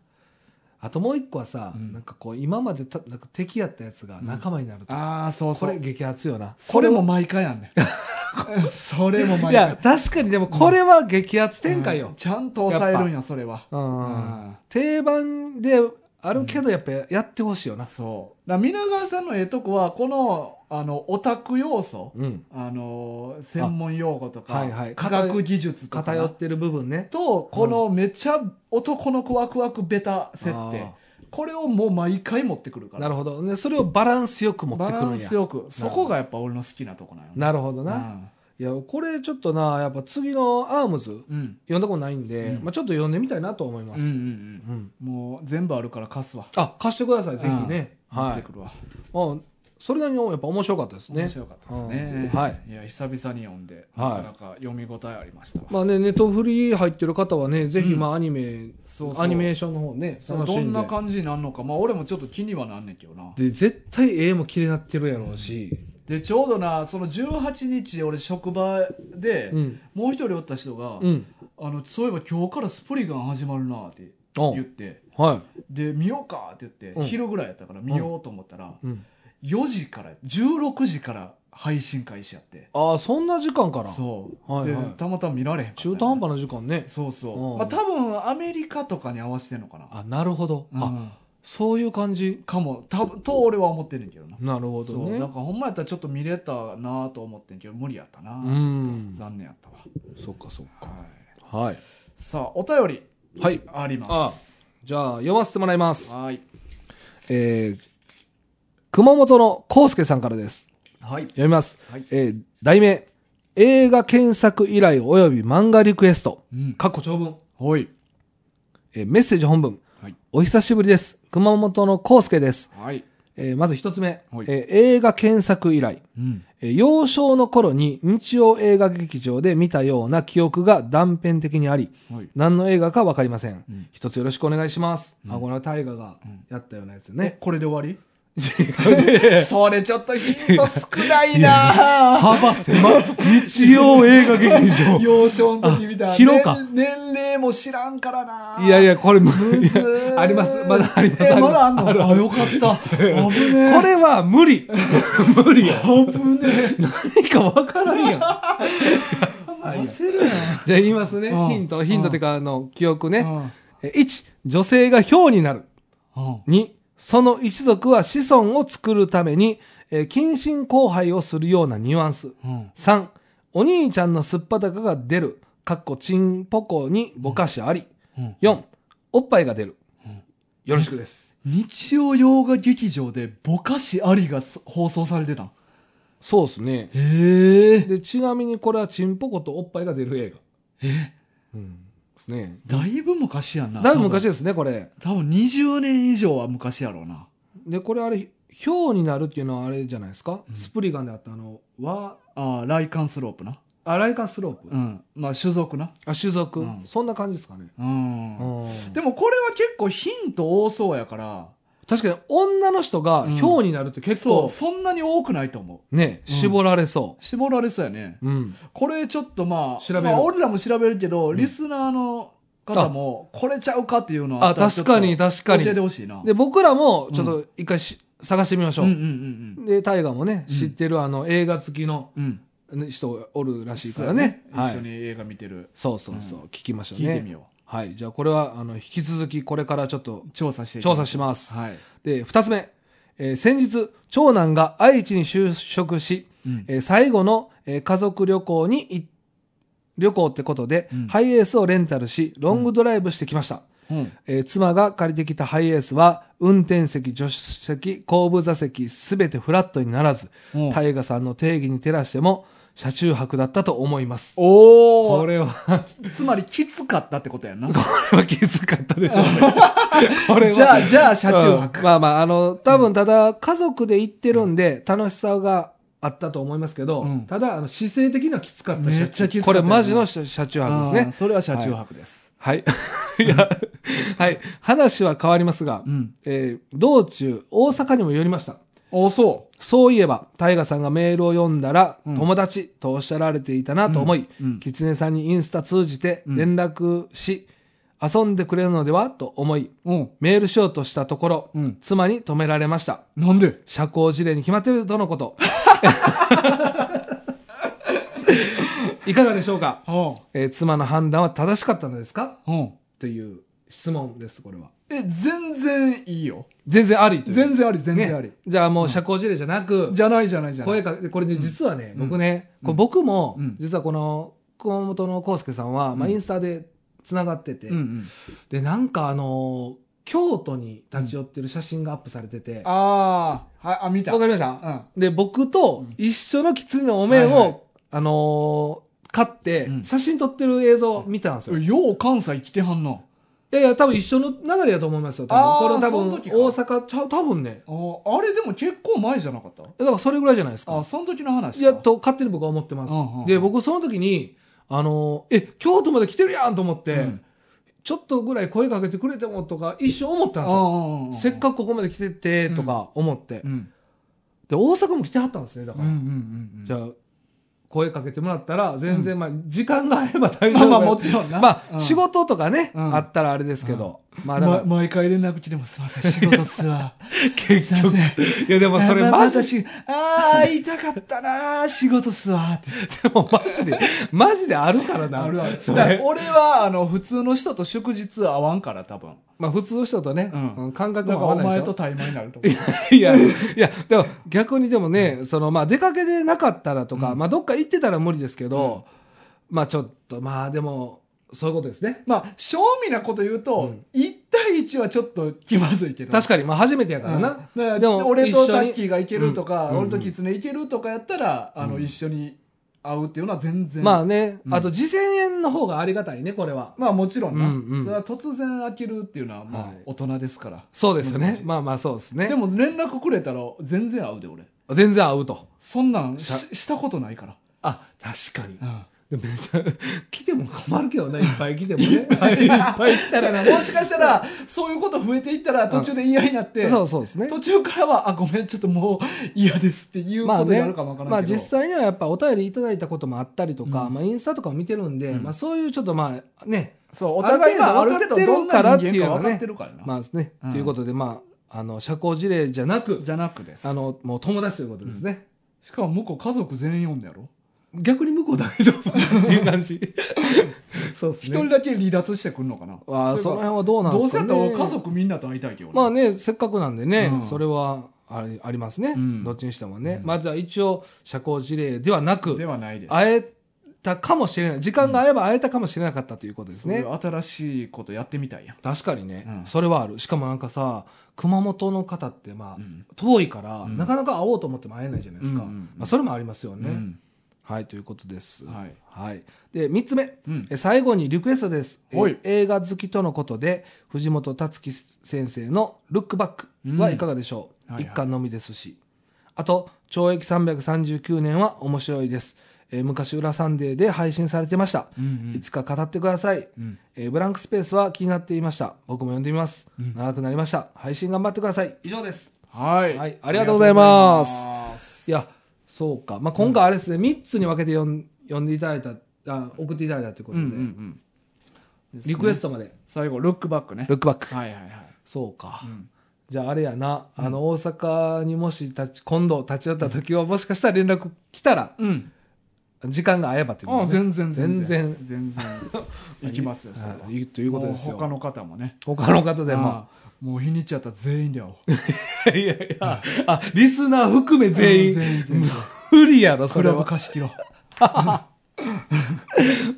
[SPEAKER 2] あともう一個はさ、
[SPEAKER 1] うん
[SPEAKER 2] なんかこう今までたなんか敵やったやつが仲間になるとか、
[SPEAKER 1] ああそう
[SPEAKER 2] こ
[SPEAKER 1] そ
[SPEAKER 2] れ
[SPEAKER 1] う
[SPEAKER 2] 激アツよな
[SPEAKER 1] それも毎回やんねんそれも
[SPEAKER 2] い
[SPEAKER 1] 毎
[SPEAKER 2] や
[SPEAKER 1] 回
[SPEAKER 2] 確かにでもこれは激アツ展開よ、
[SPEAKER 1] うんちゃんと抑えるんやそれは
[SPEAKER 2] うん
[SPEAKER 1] うん
[SPEAKER 2] 定番であるけどやっぱやってほしいよな、
[SPEAKER 1] そうだから皆川さんのええとこはこのあのオタク要素、
[SPEAKER 2] うん、
[SPEAKER 1] あの専門用語とか、
[SPEAKER 2] あはいはい
[SPEAKER 1] 科学技術とか
[SPEAKER 2] 偏
[SPEAKER 1] な
[SPEAKER 2] ってる部分ね
[SPEAKER 1] とこのめちゃ男の子ワクワクベタ設定
[SPEAKER 2] あ
[SPEAKER 1] これをもう毎回持ってくるか
[SPEAKER 2] ー
[SPEAKER 1] ら
[SPEAKER 2] なるほど、ね、それをバランスよく持って
[SPEAKER 1] バ
[SPEAKER 2] く
[SPEAKER 1] ラ
[SPEAKER 2] るん
[SPEAKER 1] ン
[SPEAKER 2] や
[SPEAKER 1] スよくそこがやっぱ俺の好きなとこなんよ
[SPEAKER 2] なるほどな、
[SPEAKER 1] うん
[SPEAKER 2] いやこれちょっとなやっぱ次のアームズ
[SPEAKER 1] うん
[SPEAKER 2] 読んだことないんで、
[SPEAKER 1] うん
[SPEAKER 2] まあ、ちょっと読んでみたいなと思いま
[SPEAKER 1] うんう
[SPEAKER 2] す、
[SPEAKER 1] ん
[SPEAKER 2] うん
[SPEAKER 1] うんもう全部あるから貸すわ
[SPEAKER 2] あ貸してくださいぜひね、
[SPEAKER 1] 持っ
[SPEAKER 2] は
[SPEAKER 1] て
[SPEAKER 2] い
[SPEAKER 1] くるわ、
[SPEAKER 2] あそれなりにやっぱ面白かったですね
[SPEAKER 1] 面白かったですね、
[SPEAKER 2] うんはい、
[SPEAKER 1] いや久々に読んで
[SPEAKER 2] はい
[SPEAKER 1] なかなか読み応えありましたわ、
[SPEAKER 2] まあねネットフリー入ってる方はねぜひ
[SPEAKER 1] うん
[SPEAKER 2] まあアニメ、
[SPEAKER 1] そうそう
[SPEAKER 2] アニメーションの方ね
[SPEAKER 1] そう
[SPEAKER 2] 楽し
[SPEAKER 1] ど
[SPEAKER 2] ん
[SPEAKER 1] ん
[SPEAKER 2] で
[SPEAKER 1] な感じになんのかまあ俺もちょっと気にはなんねんけどな
[SPEAKER 2] で絶対絵も綺麗になってるやろうし、
[SPEAKER 1] でちょうどなその18日俺職場で、
[SPEAKER 2] うん
[SPEAKER 1] もう一人おった人が、
[SPEAKER 2] うん、
[SPEAKER 1] あのそういえば今日からスプリガン始まるなって
[SPEAKER 2] あ
[SPEAKER 1] 言って
[SPEAKER 2] は
[SPEAKER 1] で見ようかって言って、
[SPEAKER 2] うん
[SPEAKER 1] 昼ぐらいやったから見ようと思ったら、
[SPEAKER 2] い、うん、
[SPEAKER 1] 4時から16時から配信開始やって
[SPEAKER 2] ああそんな時間から
[SPEAKER 1] そう、
[SPEAKER 2] はいはい
[SPEAKER 1] でたまたま見られへんかった
[SPEAKER 2] 中途半端な時間ね
[SPEAKER 1] そうそう、
[SPEAKER 2] うん
[SPEAKER 1] まあ多分アメリカとかに合わせてんのかな
[SPEAKER 2] あなるほど、
[SPEAKER 1] うん
[SPEAKER 2] あそういう感じ
[SPEAKER 1] かも多分と俺は思ってるんけどな、
[SPEAKER 2] なるほど
[SPEAKER 1] そう
[SPEAKER 2] ね
[SPEAKER 1] なんかほんまやったらちょっと見れたなと思ってんけど無理やったな、
[SPEAKER 2] うん
[SPEAKER 1] 残念やったわ、
[SPEAKER 2] そっかそっか
[SPEAKER 1] はい、
[SPEAKER 2] はい、
[SPEAKER 1] さあお便り
[SPEAKER 2] はい、
[SPEAKER 1] あります
[SPEAKER 2] じゃあ読ませてもらいます
[SPEAKER 1] はい
[SPEAKER 2] えー、熊本の康介さんからです
[SPEAKER 1] はい
[SPEAKER 2] 読みます、
[SPEAKER 1] はい
[SPEAKER 2] えー、題名映画検索依頼及び漫画リクエスト
[SPEAKER 1] うん
[SPEAKER 2] かっこ長文、
[SPEAKER 1] ほい
[SPEAKER 2] えーメッセージ本文
[SPEAKER 1] はい
[SPEAKER 2] お久しぶりです熊本の康介です、
[SPEAKER 1] はい
[SPEAKER 2] えー、まず一つ目、
[SPEAKER 1] はい
[SPEAKER 2] えー映画検索依頼
[SPEAKER 1] うん
[SPEAKER 2] えー幼少の頃に日曜映画劇場で見たような記憶が断片的にあり、
[SPEAKER 1] はい
[SPEAKER 2] 何の映画かわかりません。
[SPEAKER 1] うん
[SPEAKER 2] 一つよろしくお願いします。
[SPEAKER 1] うん
[SPEAKER 2] あ、これは大河がやったようなやつね。
[SPEAKER 1] えこれで終わりそれちょっとヒント少ないな
[SPEAKER 2] 幅狭い。日曜映画劇場。
[SPEAKER 1] 幼少の時みたいな。
[SPEAKER 2] あ広か
[SPEAKER 1] 年年齢も知らんからない
[SPEAKER 2] いやいや、これ、
[SPEAKER 1] むず
[SPEAKER 2] い
[SPEAKER 1] ー
[SPEAKER 2] やあります。まだあります。
[SPEAKER 1] えまだあんの
[SPEAKER 2] る
[SPEAKER 1] あ、よか った。危ねえ。
[SPEAKER 2] これは無理。無理よ。
[SPEAKER 1] 危ね
[SPEAKER 2] 何かわからんやん。
[SPEAKER 1] え。焦るや
[SPEAKER 2] じゃあ言いますね。
[SPEAKER 1] うん
[SPEAKER 2] ヒント、ヒントってか、あの、記憶ね。
[SPEAKER 1] ん。
[SPEAKER 2] え1、女性が豹になる。
[SPEAKER 1] うん。
[SPEAKER 2] 2、その一族は子孫を作るために、えー近親交配をするようなニュアンス。
[SPEAKER 1] うん。
[SPEAKER 2] 3、お兄ちゃんのすっぱだかが出る。かっこちんぽこにぼかしあり。
[SPEAKER 1] うん
[SPEAKER 2] 4、おっぱいが出る。よろしくです。
[SPEAKER 1] 日曜洋画劇場でぼかしありが放送されてたん
[SPEAKER 2] そうですね。
[SPEAKER 1] へえ
[SPEAKER 2] で、ちなみにこれはちんぽことおっぱいが出る映画。
[SPEAKER 1] え
[SPEAKER 2] うん。ですね。
[SPEAKER 1] だいぶ昔やんな
[SPEAKER 2] だいぶ昔ですね、これ。
[SPEAKER 1] 多分多分20年以上は昔やろうな
[SPEAKER 2] で、これあれ、氷になるっていうのはあれじゃないですか、
[SPEAKER 1] うん
[SPEAKER 2] スプリガンであったあの、和、
[SPEAKER 1] ああライカンスロープな
[SPEAKER 2] アライカンスロープ。
[SPEAKER 1] うんまあ種族な
[SPEAKER 2] あ、種族、
[SPEAKER 1] うん
[SPEAKER 2] そんな感じですかね。
[SPEAKER 1] うんで
[SPEAKER 2] でも、
[SPEAKER 1] もこれは結構ヒント多そうやから
[SPEAKER 2] 確かに女の人が
[SPEAKER 1] うん
[SPEAKER 2] 氷になるって結
[SPEAKER 1] そ
[SPEAKER 2] 構
[SPEAKER 1] う、そんなに多くないと思
[SPEAKER 2] ね、
[SPEAKER 1] うん
[SPEAKER 2] 絞られそう
[SPEAKER 1] 絞られそうやね
[SPEAKER 2] う。うん。
[SPEAKER 1] これちょっとまあ
[SPEAKER 2] 調べる
[SPEAKER 1] まあ俺らも調べるけど、
[SPEAKER 2] ん
[SPEAKER 1] リスナーの方もこれちゃうかっていうのは
[SPEAKER 2] あ、確かに、確か
[SPEAKER 1] 教えて
[SPEAKER 2] に。
[SPEAKER 1] ほしいな
[SPEAKER 2] で、僕らも、ちょっと一回し、探してみましょ
[SPEAKER 1] うん
[SPEAKER 2] う。
[SPEAKER 1] うんうん
[SPEAKER 2] で、タイガーもね、
[SPEAKER 1] うん
[SPEAKER 2] 知ってるあの、映画好きの
[SPEAKER 1] うんうん
[SPEAKER 2] ね人おるらしいからね。
[SPEAKER 1] そうや
[SPEAKER 2] はい
[SPEAKER 1] 一緒に映画見てる、
[SPEAKER 2] そうそうそう、聞きましょう
[SPEAKER 1] 聞いてみ
[SPEAKER 2] ね。
[SPEAKER 1] よ
[SPEAKER 2] はい。じゃあ、これは、あの、引き続き、これからちょっと
[SPEAKER 1] う、調査していき
[SPEAKER 2] 調査します。
[SPEAKER 1] はい、
[SPEAKER 2] で、二つ目。えー先日、長男が愛知に就職し、
[SPEAKER 1] うん
[SPEAKER 2] えー最後の、えー家族旅行に行っ旅行ってことで、
[SPEAKER 1] うん
[SPEAKER 2] ハイエースをレンタルし、ロングドライブしてきました。
[SPEAKER 1] うん
[SPEAKER 2] えー妻が借りてきたハイエースは、運転席、助手席、後部座席、すべてフラットにならず、
[SPEAKER 1] うん
[SPEAKER 2] タイガさんの定義に照らしても、車中泊だったと思います。
[SPEAKER 1] お
[SPEAKER 2] こ
[SPEAKER 1] お
[SPEAKER 2] れは、 こ
[SPEAKER 1] つまりきつかったってことやな
[SPEAKER 2] れはきつかったでし ょうね。これは。
[SPEAKER 1] じゃあじゃあ車中泊、
[SPEAKER 2] うんまあまあ、あの、多分ただ、家族で行ってるんで、楽しさがあったと思いますけど、
[SPEAKER 1] うん
[SPEAKER 2] ただ、あの、姿勢的にはきつかった
[SPEAKER 1] めっちゃきつかった
[SPEAKER 2] これマジの車車中
[SPEAKER 1] あ
[SPEAKER 2] 泊
[SPEAKER 1] ー
[SPEAKER 2] ですね。
[SPEAKER 1] それは車中泊です、
[SPEAKER 2] はい。 いや、はい。話は変わりますが、
[SPEAKER 1] うん
[SPEAKER 2] えー道中、大阪にも寄りました。
[SPEAKER 1] おそ
[SPEAKER 2] そういえば、大河さんがメールを読んだら、
[SPEAKER 1] うん
[SPEAKER 2] 友達とおっしゃられていたなと思い、
[SPEAKER 1] うんうん
[SPEAKER 2] 狐さんにインスタ通じて連絡し、遊んでくれるのではと思い、
[SPEAKER 1] ううん
[SPEAKER 2] メールしようとしたところ、
[SPEAKER 1] うん
[SPEAKER 2] 妻に止められました。
[SPEAKER 1] なんで
[SPEAKER 2] 社交辞令に決まっていると のこと。いかがでしょうか、
[SPEAKER 1] うん
[SPEAKER 2] えー妻の判断は正しかったのですか
[SPEAKER 1] うん
[SPEAKER 2] という質問です、これは。
[SPEAKER 1] え全然いいよ
[SPEAKER 2] 全然ありという
[SPEAKER 1] 全然あり全然あり、
[SPEAKER 2] ね、じゃあもう社交辞令じゃなく、
[SPEAKER 1] じゃないじゃないじゃな
[SPEAKER 2] 声
[SPEAKER 1] い
[SPEAKER 2] かけて、これね、実はね、
[SPEAKER 1] うん
[SPEAKER 2] 僕ね、
[SPEAKER 1] うん
[SPEAKER 2] こう僕も
[SPEAKER 1] うん、
[SPEAKER 2] 実はこの、熊本の康介さんは、まあ、
[SPEAKER 1] うん
[SPEAKER 2] インスタで繋がってて、
[SPEAKER 1] うんうん、
[SPEAKER 2] で、なんかあのー京都に立ち寄ってる写真がアップされてて、わ、
[SPEAKER 1] あーはいあ見た
[SPEAKER 2] かりまし
[SPEAKER 1] う
[SPEAKER 2] た、
[SPEAKER 1] ん
[SPEAKER 2] で、僕と
[SPEAKER 1] うん
[SPEAKER 2] 一緒の狐のお面を、
[SPEAKER 1] はいはい
[SPEAKER 2] あのー買って
[SPEAKER 1] う、ん
[SPEAKER 2] 写真撮ってる映像を見たんですよ。い
[SPEAKER 1] よう関西来てはんな
[SPEAKER 2] やいや、多分一緒の流れやと思いますよ。多
[SPEAKER 1] あー
[SPEAKER 2] 分これ多
[SPEAKER 1] そ
[SPEAKER 2] 分、
[SPEAKER 1] の
[SPEAKER 2] 大
[SPEAKER 1] 時か
[SPEAKER 2] 阪、ちゃう多分ね。
[SPEAKER 1] あーあれでも結構前じゃなかった
[SPEAKER 2] だからそれぐらいじゃないですか。
[SPEAKER 1] あーその時の話
[SPEAKER 2] い
[SPEAKER 1] か
[SPEAKER 2] や、と勝手に僕は思ってます。
[SPEAKER 1] うんうんうん
[SPEAKER 2] で、僕その時に、あのーえ、京都まで来てるやんと思って、
[SPEAKER 1] うん
[SPEAKER 2] ちょっとぐらい声かけてくれてもとか、一瞬思ったんですよ。
[SPEAKER 1] あ
[SPEAKER 2] せっかくここまで来てて、とか思って、
[SPEAKER 1] く、うん
[SPEAKER 2] で、大阪も来てはったんですね、だから。
[SPEAKER 1] じ
[SPEAKER 2] じゃ
[SPEAKER 1] ゃ
[SPEAKER 2] あ、声かけてもらったら、全然、まあ、時間が合えば大丈
[SPEAKER 1] まあま
[SPEAKER 2] 夫。
[SPEAKER 1] あもちろんな。
[SPEAKER 2] まあ、
[SPEAKER 1] うん
[SPEAKER 2] 仕事とかね、
[SPEAKER 1] うん
[SPEAKER 2] あったらあれですけど。まあ、だか
[SPEAKER 1] ま
[SPEAKER 2] ら、
[SPEAKER 1] 毎回連絡来てもすいま せん、仕事っすわ。
[SPEAKER 2] 結
[SPEAKER 1] すいま
[SPEAKER 2] 局。
[SPEAKER 1] せ
[SPEAKER 2] いや、でも
[SPEAKER 1] ん。
[SPEAKER 2] それ
[SPEAKER 1] あまあ
[SPEAKER 2] マジ
[SPEAKER 1] 私、
[SPEAKER 2] で、
[SPEAKER 1] ああ、痛かったなー、仕事っすわって。
[SPEAKER 2] でもマジで、マジであるからな。
[SPEAKER 1] あるある。
[SPEAKER 2] そ
[SPEAKER 1] だか
[SPEAKER 2] れ
[SPEAKER 1] ら。俺は、あの、普通の人と祝日会わんから、多分。
[SPEAKER 2] まあ普通の人とね、
[SPEAKER 1] うん
[SPEAKER 2] うん感
[SPEAKER 1] だ
[SPEAKER 2] 覚
[SPEAKER 1] から
[SPEAKER 2] は
[SPEAKER 1] お
[SPEAKER 2] 合わない
[SPEAKER 1] 前
[SPEAKER 2] でし
[SPEAKER 1] と
[SPEAKER 2] ょ。
[SPEAKER 1] 対面になると思う。
[SPEAKER 2] いや、いや、でも逆にでもね、そのまあ出かけでなかったらとか、
[SPEAKER 1] うん
[SPEAKER 2] まあどっか行ってたら無理ですけど、まあちょっと、まあでも、そういうことですね。
[SPEAKER 1] まあ、正味なこと言う
[SPEAKER 2] う
[SPEAKER 1] と
[SPEAKER 2] ん、
[SPEAKER 1] 1対1はちょっと気まずいけど。
[SPEAKER 2] 確かに、まあ初めてやから
[SPEAKER 1] うん
[SPEAKER 2] な。
[SPEAKER 1] だから
[SPEAKER 2] でも
[SPEAKER 1] 俺と
[SPEAKER 2] 一
[SPEAKER 1] タ
[SPEAKER 2] 緒に
[SPEAKER 1] ッキーがいけるとか、
[SPEAKER 2] うん
[SPEAKER 1] 俺とキツネいけるとかやったら、あの、
[SPEAKER 2] うん
[SPEAKER 1] 一緒に会うっていうのは全然。
[SPEAKER 2] まあね、
[SPEAKER 1] うん
[SPEAKER 2] あと事前縁の方がありがたいね、これは。
[SPEAKER 1] まあもちろんな、
[SPEAKER 2] うんうん
[SPEAKER 1] それは突然飽きるっていうのはま
[SPEAKER 2] は
[SPEAKER 1] あ
[SPEAKER 2] い
[SPEAKER 1] 大人ですから、
[SPEAKER 2] そうですよ
[SPEAKER 1] 難
[SPEAKER 2] ね
[SPEAKER 1] し。い
[SPEAKER 2] まあまあそうですね。
[SPEAKER 1] でも連絡くれたら全然会うで俺
[SPEAKER 2] 全然合うと。
[SPEAKER 1] そんなん
[SPEAKER 2] しゃ
[SPEAKER 1] ししたことないから、
[SPEAKER 2] あ、確かに。
[SPEAKER 1] うん
[SPEAKER 2] でもめっちゃ、来ても困るけどね、いっぱい来ても ね。いっぱいいっぱい来た。
[SPEAKER 1] だかららもしかしたら、そういうこと増えていったら、途中で嫌になって、
[SPEAKER 2] そうそうですね。
[SPEAKER 1] 途中からは、あ、ごめん、ちょっともう嫌ですっていう
[SPEAKER 2] ま
[SPEAKER 1] こ
[SPEAKER 2] あ
[SPEAKER 1] とに
[SPEAKER 2] ね
[SPEAKER 1] なるかもわから
[SPEAKER 2] まあ
[SPEAKER 1] んけど。
[SPEAKER 2] 実際にはやっぱお便りいただいたこともあったりとか、
[SPEAKER 1] うん
[SPEAKER 2] まあインスタとかを見てるんで、
[SPEAKER 1] うん
[SPEAKER 2] まあそういうちょっとまあね、
[SPEAKER 1] そう、お互いがある程度どんな人間か分かってるからな。
[SPEAKER 2] まあですね、
[SPEAKER 1] うん
[SPEAKER 2] ということでまあ、あの、社交辞令じゃなく、
[SPEAKER 1] じゃなくです。
[SPEAKER 2] あの、もう友達ということですね。
[SPEAKER 1] しかも向こう家族全員読んだやろ
[SPEAKER 2] 逆に向こう大丈夫っていう感じ。 そうですね。
[SPEAKER 1] 一人だけ離脱してくんのかな
[SPEAKER 2] ああ、そ
[SPEAKER 1] そう
[SPEAKER 2] の
[SPEAKER 1] いえば
[SPEAKER 2] 辺はどうなん
[SPEAKER 1] ど
[SPEAKER 2] で
[SPEAKER 1] う
[SPEAKER 2] す
[SPEAKER 1] せ
[SPEAKER 2] か
[SPEAKER 1] や
[SPEAKER 2] ね。
[SPEAKER 1] ったら家族みんなと会いたいけどね
[SPEAKER 2] まあね、せっかくなんでね、
[SPEAKER 1] うん
[SPEAKER 2] それはあれありますね、
[SPEAKER 1] うん
[SPEAKER 2] どっちにしてもね、
[SPEAKER 1] うん
[SPEAKER 2] まあじゃあ一応社交辞令ではなく
[SPEAKER 1] ではないです。
[SPEAKER 2] 会えたかもしれない時間が合えば会えたかもしれなかったということです
[SPEAKER 1] そうい
[SPEAKER 2] ね、
[SPEAKER 1] う新しいことやってみたいやん。
[SPEAKER 2] 確かにね、
[SPEAKER 1] うん
[SPEAKER 2] それはあるしかもなんかさ熊本の方ってまあ、
[SPEAKER 1] うん
[SPEAKER 2] 遠いから、
[SPEAKER 1] うん
[SPEAKER 2] なかなか会おうと思っても会えないじゃないですか、
[SPEAKER 1] うんうんうん
[SPEAKER 2] まあ、それもありますよね、
[SPEAKER 1] うん
[SPEAKER 2] はいということです、はい
[SPEAKER 1] はい。
[SPEAKER 2] で3つ目
[SPEAKER 1] うん
[SPEAKER 2] え最後にリクエストです、え
[SPEAKER 1] はい
[SPEAKER 2] 映画好きとのことで藤本達樹先生の「ルックバック」はいかがでしょう、
[SPEAKER 1] うんはいはい
[SPEAKER 2] 一巻のみですしあと「懲役339年」は面白いです、えー昔「裏サンデー」で配信されてました、
[SPEAKER 1] うんうん
[SPEAKER 2] いつか語ってください、
[SPEAKER 1] うん
[SPEAKER 2] えーブランクスペースは気になっていました僕も読んでみます、
[SPEAKER 1] うん
[SPEAKER 2] 長くなりました配信頑張ってください以上です
[SPEAKER 1] はい、
[SPEAKER 2] はいありがとうございま
[SPEAKER 1] あ
[SPEAKER 2] す
[SPEAKER 1] りがとうございます
[SPEAKER 2] いやそうか、まあ、今回あれですね、三3つに分けて読ん読んでいただいたあ送っていただいたというこ
[SPEAKER 1] う
[SPEAKER 2] と
[SPEAKER 1] んう
[SPEAKER 2] で、
[SPEAKER 1] んうんですね
[SPEAKER 2] リクエストまで、
[SPEAKER 1] 最後、ルックバックね。
[SPEAKER 2] ルックバック。
[SPEAKER 1] はいはいはい。
[SPEAKER 2] そうか。
[SPEAKER 1] うん
[SPEAKER 2] じゃああれやな、あの、大阪にもし立ち、今度立ち寄った時は、もしかしたら連絡来たら、
[SPEAKER 1] うん。
[SPEAKER 2] 時間が合えばという
[SPEAKER 1] ああ、
[SPEAKER 2] ね
[SPEAKER 1] 全然全然。
[SPEAKER 2] 全
[SPEAKER 1] 全
[SPEAKER 2] 然。
[SPEAKER 1] 然。 いきますよ、それは。
[SPEAKER 2] はいいいということですよ
[SPEAKER 1] もう他の方もね。
[SPEAKER 2] 他の方でも。
[SPEAKER 1] ああもう日にちやったら全員だよ。
[SPEAKER 2] いやいや、あ、リスナー含め全
[SPEAKER 1] うん
[SPEAKER 2] 員。
[SPEAKER 1] 全員全員。
[SPEAKER 2] 無理やろ、そ
[SPEAKER 1] ク
[SPEAKER 2] れ
[SPEAKER 1] ラブ
[SPEAKER 2] は。
[SPEAKER 1] 貸し切ろ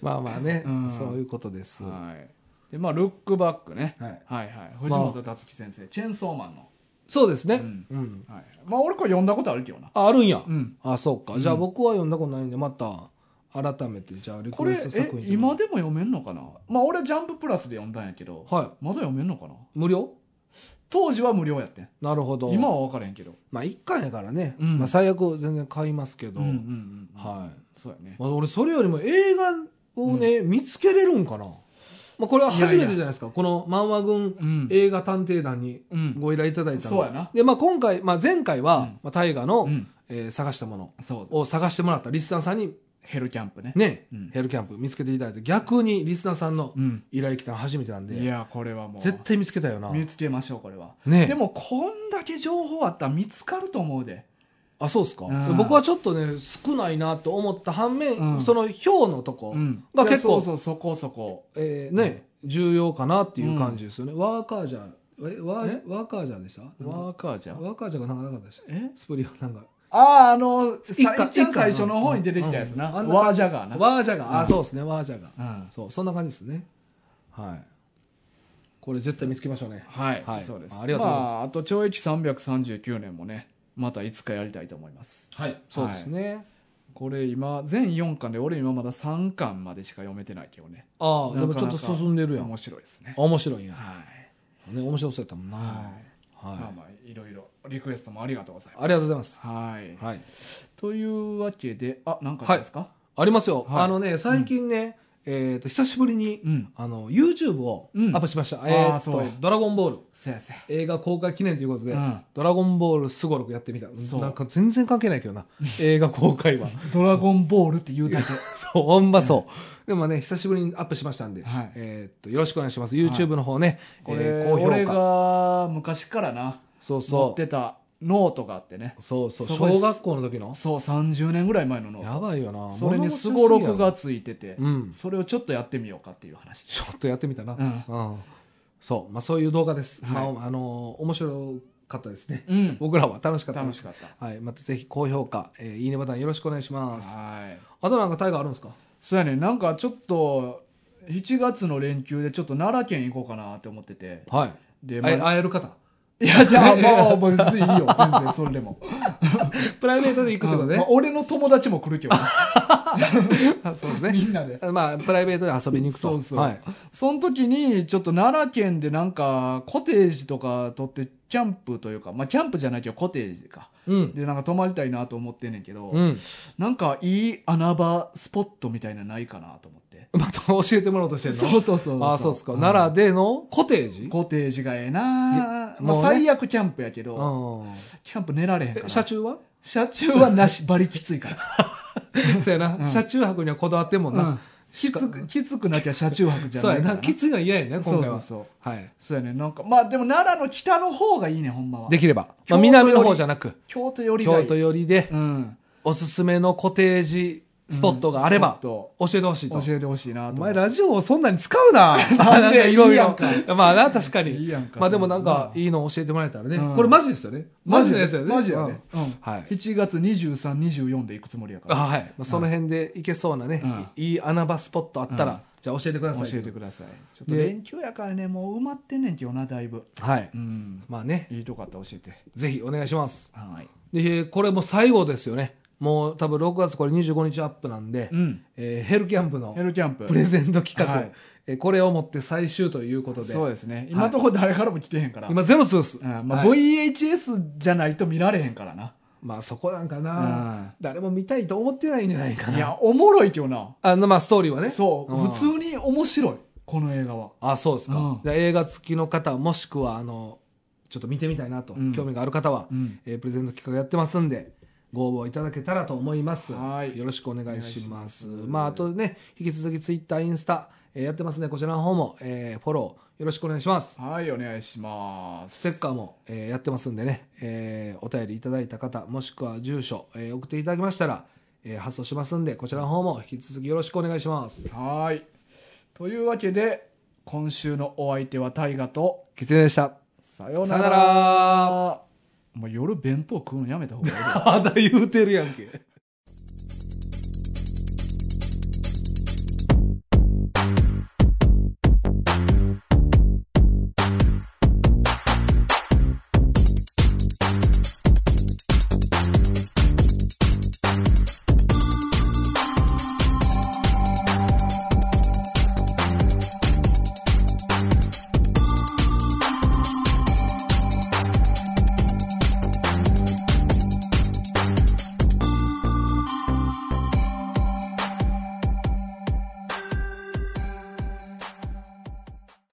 [SPEAKER 2] まあまあね、
[SPEAKER 1] うん
[SPEAKER 2] そういうことです。
[SPEAKER 1] う。
[SPEAKER 2] は
[SPEAKER 1] はい。で、まあ、ルックバックね。
[SPEAKER 2] い。
[SPEAKER 1] はいはい。藤本達樹先生、チェーンソーマンの。
[SPEAKER 2] そうですね。
[SPEAKER 1] うん
[SPEAKER 2] うん。
[SPEAKER 1] はい。まあ、俺これ読んだことあるけどな。
[SPEAKER 2] あ、あるんや
[SPEAKER 1] う。ん。
[SPEAKER 2] あ、そうか。じゃあ僕は読んだことないんで、また、改めて、じゃあ、リ
[SPEAKER 1] こ
[SPEAKER 2] クエ
[SPEAKER 1] れ
[SPEAKER 2] スト
[SPEAKER 1] え
[SPEAKER 2] 作品。
[SPEAKER 1] 今でも読めんのかなまあ俺ジャンププラスで読んだんやけど
[SPEAKER 2] は。
[SPEAKER 1] まだ読めんのかない
[SPEAKER 2] 無料
[SPEAKER 1] 当時は無料やってん
[SPEAKER 2] なるほど。
[SPEAKER 1] 今は分からへんけど
[SPEAKER 2] まあ一巻やからね、
[SPEAKER 1] うん
[SPEAKER 2] まあ最悪全然買いますけど、
[SPEAKER 1] うんうんうん
[SPEAKER 2] はい
[SPEAKER 1] そうやね
[SPEAKER 2] まあ、俺それよりも映画をね、見つけれるんかな、まあ、これは初めてじゃないですかこの漫画軍
[SPEAKER 1] うん
[SPEAKER 2] 映画探偵団に
[SPEAKER 1] うん
[SPEAKER 2] ご依頼いただいたの
[SPEAKER 1] そうやな
[SPEAKER 2] で、まあ、今回、まあ、前回は、
[SPEAKER 1] うん
[SPEAKER 2] まあ、大河の、
[SPEAKER 1] うん
[SPEAKER 2] えー探したもの
[SPEAKER 1] そう
[SPEAKER 2] を探してもらったリスナーさんに
[SPEAKER 1] ヘルキャンプね
[SPEAKER 2] ね、
[SPEAKER 1] うん
[SPEAKER 2] ヘルキャンプ見つけていただいて逆にリスナーさんの
[SPEAKER 1] うん
[SPEAKER 2] 依頼来たの初めてなんで、
[SPEAKER 1] いやこれはもう
[SPEAKER 2] 絶対見つけたよな
[SPEAKER 1] 見つけましょうこれは
[SPEAKER 2] ね
[SPEAKER 1] でもこんだけ情報あったら見つかると思うで
[SPEAKER 2] あそうですか、
[SPEAKER 1] うん
[SPEAKER 2] 僕はちょっとね少ないなと思った反面、
[SPEAKER 1] うん
[SPEAKER 2] その票のとこ、
[SPEAKER 1] うん
[SPEAKER 2] まあ
[SPEAKER 1] いや
[SPEAKER 2] 結構
[SPEAKER 1] そうそうそこそこ
[SPEAKER 2] えーね、重要かなっていう感じですよね、ワーカージャーえワーワーカージャーでした
[SPEAKER 1] ワーカーじゃん
[SPEAKER 2] ワーカージャーがなんかなかったでした
[SPEAKER 1] え
[SPEAKER 2] スプリーなんか
[SPEAKER 1] あああの
[SPEAKER 2] 一
[SPEAKER 1] さ
[SPEAKER 2] 巻
[SPEAKER 1] いっちゃ
[SPEAKER 2] 一巻
[SPEAKER 1] ん最初の方に出てきたやつな
[SPEAKER 2] うんうんあんな
[SPEAKER 1] ワージャガーな
[SPEAKER 2] ワージャーが
[SPEAKER 1] う
[SPEAKER 2] あ
[SPEAKER 1] ん
[SPEAKER 2] そうですねワージャーが
[SPEAKER 1] うん
[SPEAKER 2] そうそんな感じですねはいこれ絶対見つけましょうね
[SPEAKER 1] はい、
[SPEAKER 2] はい
[SPEAKER 1] そうです。
[SPEAKER 2] ありがとうございます
[SPEAKER 1] あ、あと懲役339年もね、またいつかやりたいと思います。
[SPEAKER 2] はいそうですね、
[SPEAKER 1] これ今、全4巻で、俺今まだ3巻までしか読めてないけどね。
[SPEAKER 2] ああで
[SPEAKER 1] なか
[SPEAKER 2] も
[SPEAKER 1] なか
[SPEAKER 2] ちょっと進んでるやん
[SPEAKER 1] 面白いですね。
[SPEAKER 2] 面白いんや、
[SPEAKER 1] はい。
[SPEAKER 2] ね、面白そうやったもんな
[SPEAKER 1] は
[SPEAKER 2] はい
[SPEAKER 1] い。まあまあ、いろいろリクエストもありがとうございます。
[SPEAKER 2] ありがとうございます
[SPEAKER 1] はい。
[SPEAKER 2] はい
[SPEAKER 1] というわけで、あ、なんかありますか、
[SPEAKER 2] ありますよ、
[SPEAKER 1] はい
[SPEAKER 2] あのね最近ね、えっ、と久しぶりに、
[SPEAKER 1] うん。
[SPEAKER 2] あの YouTube をアップしました、
[SPEAKER 1] ん
[SPEAKER 2] え
[SPEAKER 1] あー
[SPEAKER 2] っ、
[SPEAKER 1] そうや
[SPEAKER 2] と「ドラゴンボール」
[SPEAKER 1] せやせや。
[SPEAKER 2] 映画公開記念ということで、
[SPEAKER 1] うん
[SPEAKER 2] ドラゴンボールすごろくやってみた。
[SPEAKER 1] そう
[SPEAKER 2] なんか全然関係ないけ どな。映画公開は。
[SPEAKER 1] ドラゴンボールって言うだ け。
[SPEAKER 2] そう、ほんまそう。でもね、久しぶりにアップしましたんで、
[SPEAKER 1] はい
[SPEAKER 2] えーっと、よろしくお願いします。YouTube の方ね、
[SPEAKER 1] これ、
[SPEAKER 2] えー高
[SPEAKER 1] 俺
[SPEAKER 2] 評価。
[SPEAKER 1] が昔からな、
[SPEAKER 2] そう
[SPEAKER 1] 持っ
[SPEAKER 2] そ
[SPEAKER 1] てたノートがあってね
[SPEAKER 2] う。。そうそう。
[SPEAKER 1] そこです
[SPEAKER 2] 小学校の時の
[SPEAKER 1] そう、30年ぐらい前のノート。
[SPEAKER 2] やばいよな。
[SPEAKER 1] それにすご
[SPEAKER 2] 物
[SPEAKER 1] ろく
[SPEAKER 2] 持ちすぎ
[SPEAKER 1] が
[SPEAKER 2] やろ。
[SPEAKER 1] ついてて、
[SPEAKER 2] うん。
[SPEAKER 1] それをちょっとやってみようかっていう話
[SPEAKER 2] ちょっとやってみたな。
[SPEAKER 1] う
[SPEAKER 2] うんそう、まあそういう動画です。
[SPEAKER 1] はい
[SPEAKER 2] まあ、あのー面白かったですね。
[SPEAKER 1] うん
[SPEAKER 2] 僕らは楽しかったで
[SPEAKER 1] 楽
[SPEAKER 2] す
[SPEAKER 1] しかった
[SPEAKER 2] はい、またぜひ高評価、えーいいねボタンよろしくお願いします。
[SPEAKER 1] はい
[SPEAKER 2] あとなんかタイガーあるんですか
[SPEAKER 1] そうやねなんかちょっと7月の連休でちょっと奈良県行こうかなって思ってて
[SPEAKER 2] はい。
[SPEAKER 1] で、ま
[SPEAKER 2] 会え
[SPEAKER 1] あ、
[SPEAKER 2] 会える方。
[SPEAKER 1] いやじゃあまあまあ別にいいよ全然それでも
[SPEAKER 2] プライベートで行くってこ と
[SPEAKER 1] うんまあ
[SPEAKER 2] ね。
[SPEAKER 1] 俺の友達も来るけ どね
[SPEAKER 2] あそうです
[SPEAKER 1] み
[SPEAKER 2] ね。
[SPEAKER 1] んなで
[SPEAKER 2] まあ、プライベートで遊びに行くと。
[SPEAKER 1] そうそう
[SPEAKER 2] はい。
[SPEAKER 1] その時にちょっと奈良県でなんかコテージとか取ってキキャンプというか、まあ、キャンプじゃないけどコテージか。
[SPEAKER 2] うん。
[SPEAKER 1] で、なんか泊まりたいなと思ってんねんけど、
[SPEAKER 2] うん。
[SPEAKER 1] なんかいい穴場スポットみたいなのないかなと思 って。
[SPEAKER 2] また教えてもらおうとしてるの
[SPEAKER 1] そうそうそう。
[SPEAKER 2] ああ、そうっすか。
[SPEAKER 1] ん
[SPEAKER 2] 奈良でのコテージ
[SPEAKER 1] コテージがええなあ
[SPEAKER 2] い
[SPEAKER 1] ま
[SPEAKER 2] も
[SPEAKER 1] あ、
[SPEAKER 2] うね
[SPEAKER 1] 最悪キャンプやけど、
[SPEAKER 2] うん。
[SPEAKER 1] キャンプ寝られへんか
[SPEAKER 2] え
[SPEAKER 1] ら。
[SPEAKER 2] 車中は
[SPEAKER 1] 車中はなし、バリきついから。
[SPEAKER 2] そうや
[SPEAKER 1] う。
[SPEAKER 2] なん 車中泊にはこだわってんもん
[SPEAKER 1] う
[SPEAKER 2] な。
[SPEAKER 1] んきつく、きつくなきゃ車中泊じゃ
[SPEAKER 2] そう
[SPEAKER 1] ない
[SPEAKER 2] や
[SPEAKER 1] から
[SPEAKER 2] な。きついのは嫌やね、
[SPEAKER 1] そ
[SPEAKER 2] 今
[SPEAKER 1] うそ
[SPEAKER 2] 回
[SPEAKER 1] う
[SPEAKER 2] は。
[SPEAKER 1] そう。
[SPEAKER 2] はい。
[SPEAKER 1] そうやね。なんか、まあでも奈良の北の方がいいね、ほんまは。
[SPEAKER 2] できれば。
[SPEAKER 1] 京都よ
[SPEAKER 2] まあ、
[SPEAKER 1] り
[SPEAKER 2] 南の方じゃなく、
[SPEAKER 1] 京都よりがい
[SPEAKER 2] 京
[SPEAKER 1] い。
[SPEAKER 2] 都寄りで、
[SPEAKER 1] うん。
[SPEAKER 2] おすすめのコテージスポットがあれば、
[SPEAKER 1] うん
[SPEAKER 2] 教えてほしいと
[SPEAKER 1] 教。えてほしいな
[SPEAKER 2] お
[SPEAKER 1] と。
[SPEAKER 2] 前ラジオをそんなに使 うな。
[SPEAKER 1] なんで
[SPEAKER 2] なんかいろ
[SPEAKER 1] いい
[SPEAKER 2] い
[SPEAKER 1] やん
[SPEAKER 2] ろ
[SPEAKER 1] か。
[SPEAKER 2] まあな、確か
[SPEAKER 1] いい
[SPEAKER 2] に
[SPEAKER 1] やん。か
[SPEAKER 2] まあでもなんか、
[SPEAKER 1] そん
[SPEAKER 2] いいの教えてもらえたらね
[SPEAKER 1] う。ん
[SPEAKER 2] これマジですよね。マジのやつやね。
[SPEAKER 1] マジやね。うん。
[SPEAKER 2] はい
[SPEAKER 1] 7月23、24で行くつもりやか
[SPEAKER 2] あ
[SPEAKER 1] ら。
[SPEAKER 2] はい。まあその辺で行けそうなね
[SPEAKER 1] うん、
[SPEAKER 2] いい穴場スポットあった
[SPEAKER 1] うん
[SPEAKER 2] ら、じゃあ教えてください。
[SPEAKER 1] 教えてください。ちょっと
[SPEAKER 2] で
[SPEAKER 1] 連休やからね、もう埋まってんねんけどな、だいぶ。
[SPEAKER 2] はい。
[SPEAKER 1] うん。
[SPEAKER 2] まあね、
[SPEAKER 1] いいとこあったら教えて。
[SPEAKER 2] ぜひお願いします。
[SPEAKER 1] はい。
[SPEAKER 2] で、これもう最後ですよね。もう多分6月これ25日アップなんで
[SPEAKER 1] う、ん。
[SPEAKER 2] えーヘルキャンプの
[SPEAKER 1] ヘルキャンプ。
[SPEAKER 2] プレゼント企
[SPEAKER 1] は
[SPEAKER 2] 画
[SPEAKER 1] い、
[SPEAKER 2] えーこれをもって最終ということで、
[SPEAKER 1] そうですね。今のところ誰からも来てへんから。
[SPEAKER 2] 今ゼロツース。
[SPEAKER 1] うんまあ、
[SPEAKER 2] はい
[SPEAKER 1] VHS じゃないと見られへんからな。
[SPEAKER 2] まあそこなんか
[SPEAKER 1] うん
[SPEAKER 2] な、誰も見たいと思ってないんじゃないか
[SPEAKER 1] い
[SPEAKER 2] な。
[SPEAKER 1] や、おもろいけどな。
[SPEAKER 2] あの、まあストーリーはね。
[SPEAKER 1] そう、
[SPEAKER 2] ん
[SPEAKER 1] 普通に面白い、この映画は。
[SPEAKER 2] あ、そうですか。
[SPEAKER 1] うん
[SPEAKER 2] じゃあ映画好きの方、もしくは、あの、ちょっと見てみたいなと、
[SPEAKER 1] うん
[SPEAKER 2] 興味がある方は、
[SPEAKER 1] うん
[SPEAKER 2] えープレゼント企画やってますんで、ご応募いただけたらと思います。
[SPEAKER 1] はい
[SPEAKER 2] よろしくお願いします。
[SPEAKER 1] お願いします
[SPEAKER 2] まあ、あとね、引き続きツイッター、インスタ、えーやってますね。こちらの方も、えーフォローよろしくお願いします。
[SPEAKER 1] はい、お願いしま
[SPEAKER 2] ス
[SPEAKER 1] す。
[SPEAKER 2] テッカーも、えーやってますんでね、えーお便りいただいた方、もしくは住所、えー送っていただきましたら、えー発送しますんで、こちらの方も引き続きよろしくお願いします。
[SPEAKER 1] はい。というわけで、今週のお相手は大ガと、
[SPEAKER 2] きつねで した。
[SPEAKER 1] さよう
[SPEAKER 2] さ
[SPEAKER 1] な
[SPEAKER 2] よ
[SPEAKER 1] ら。
[SPEAKER 2] なら。
[SPEAKER 1] もう夜弁当食うのやめた方がいいよ。
[SPEAKER 2] まだ言うてるやんけ。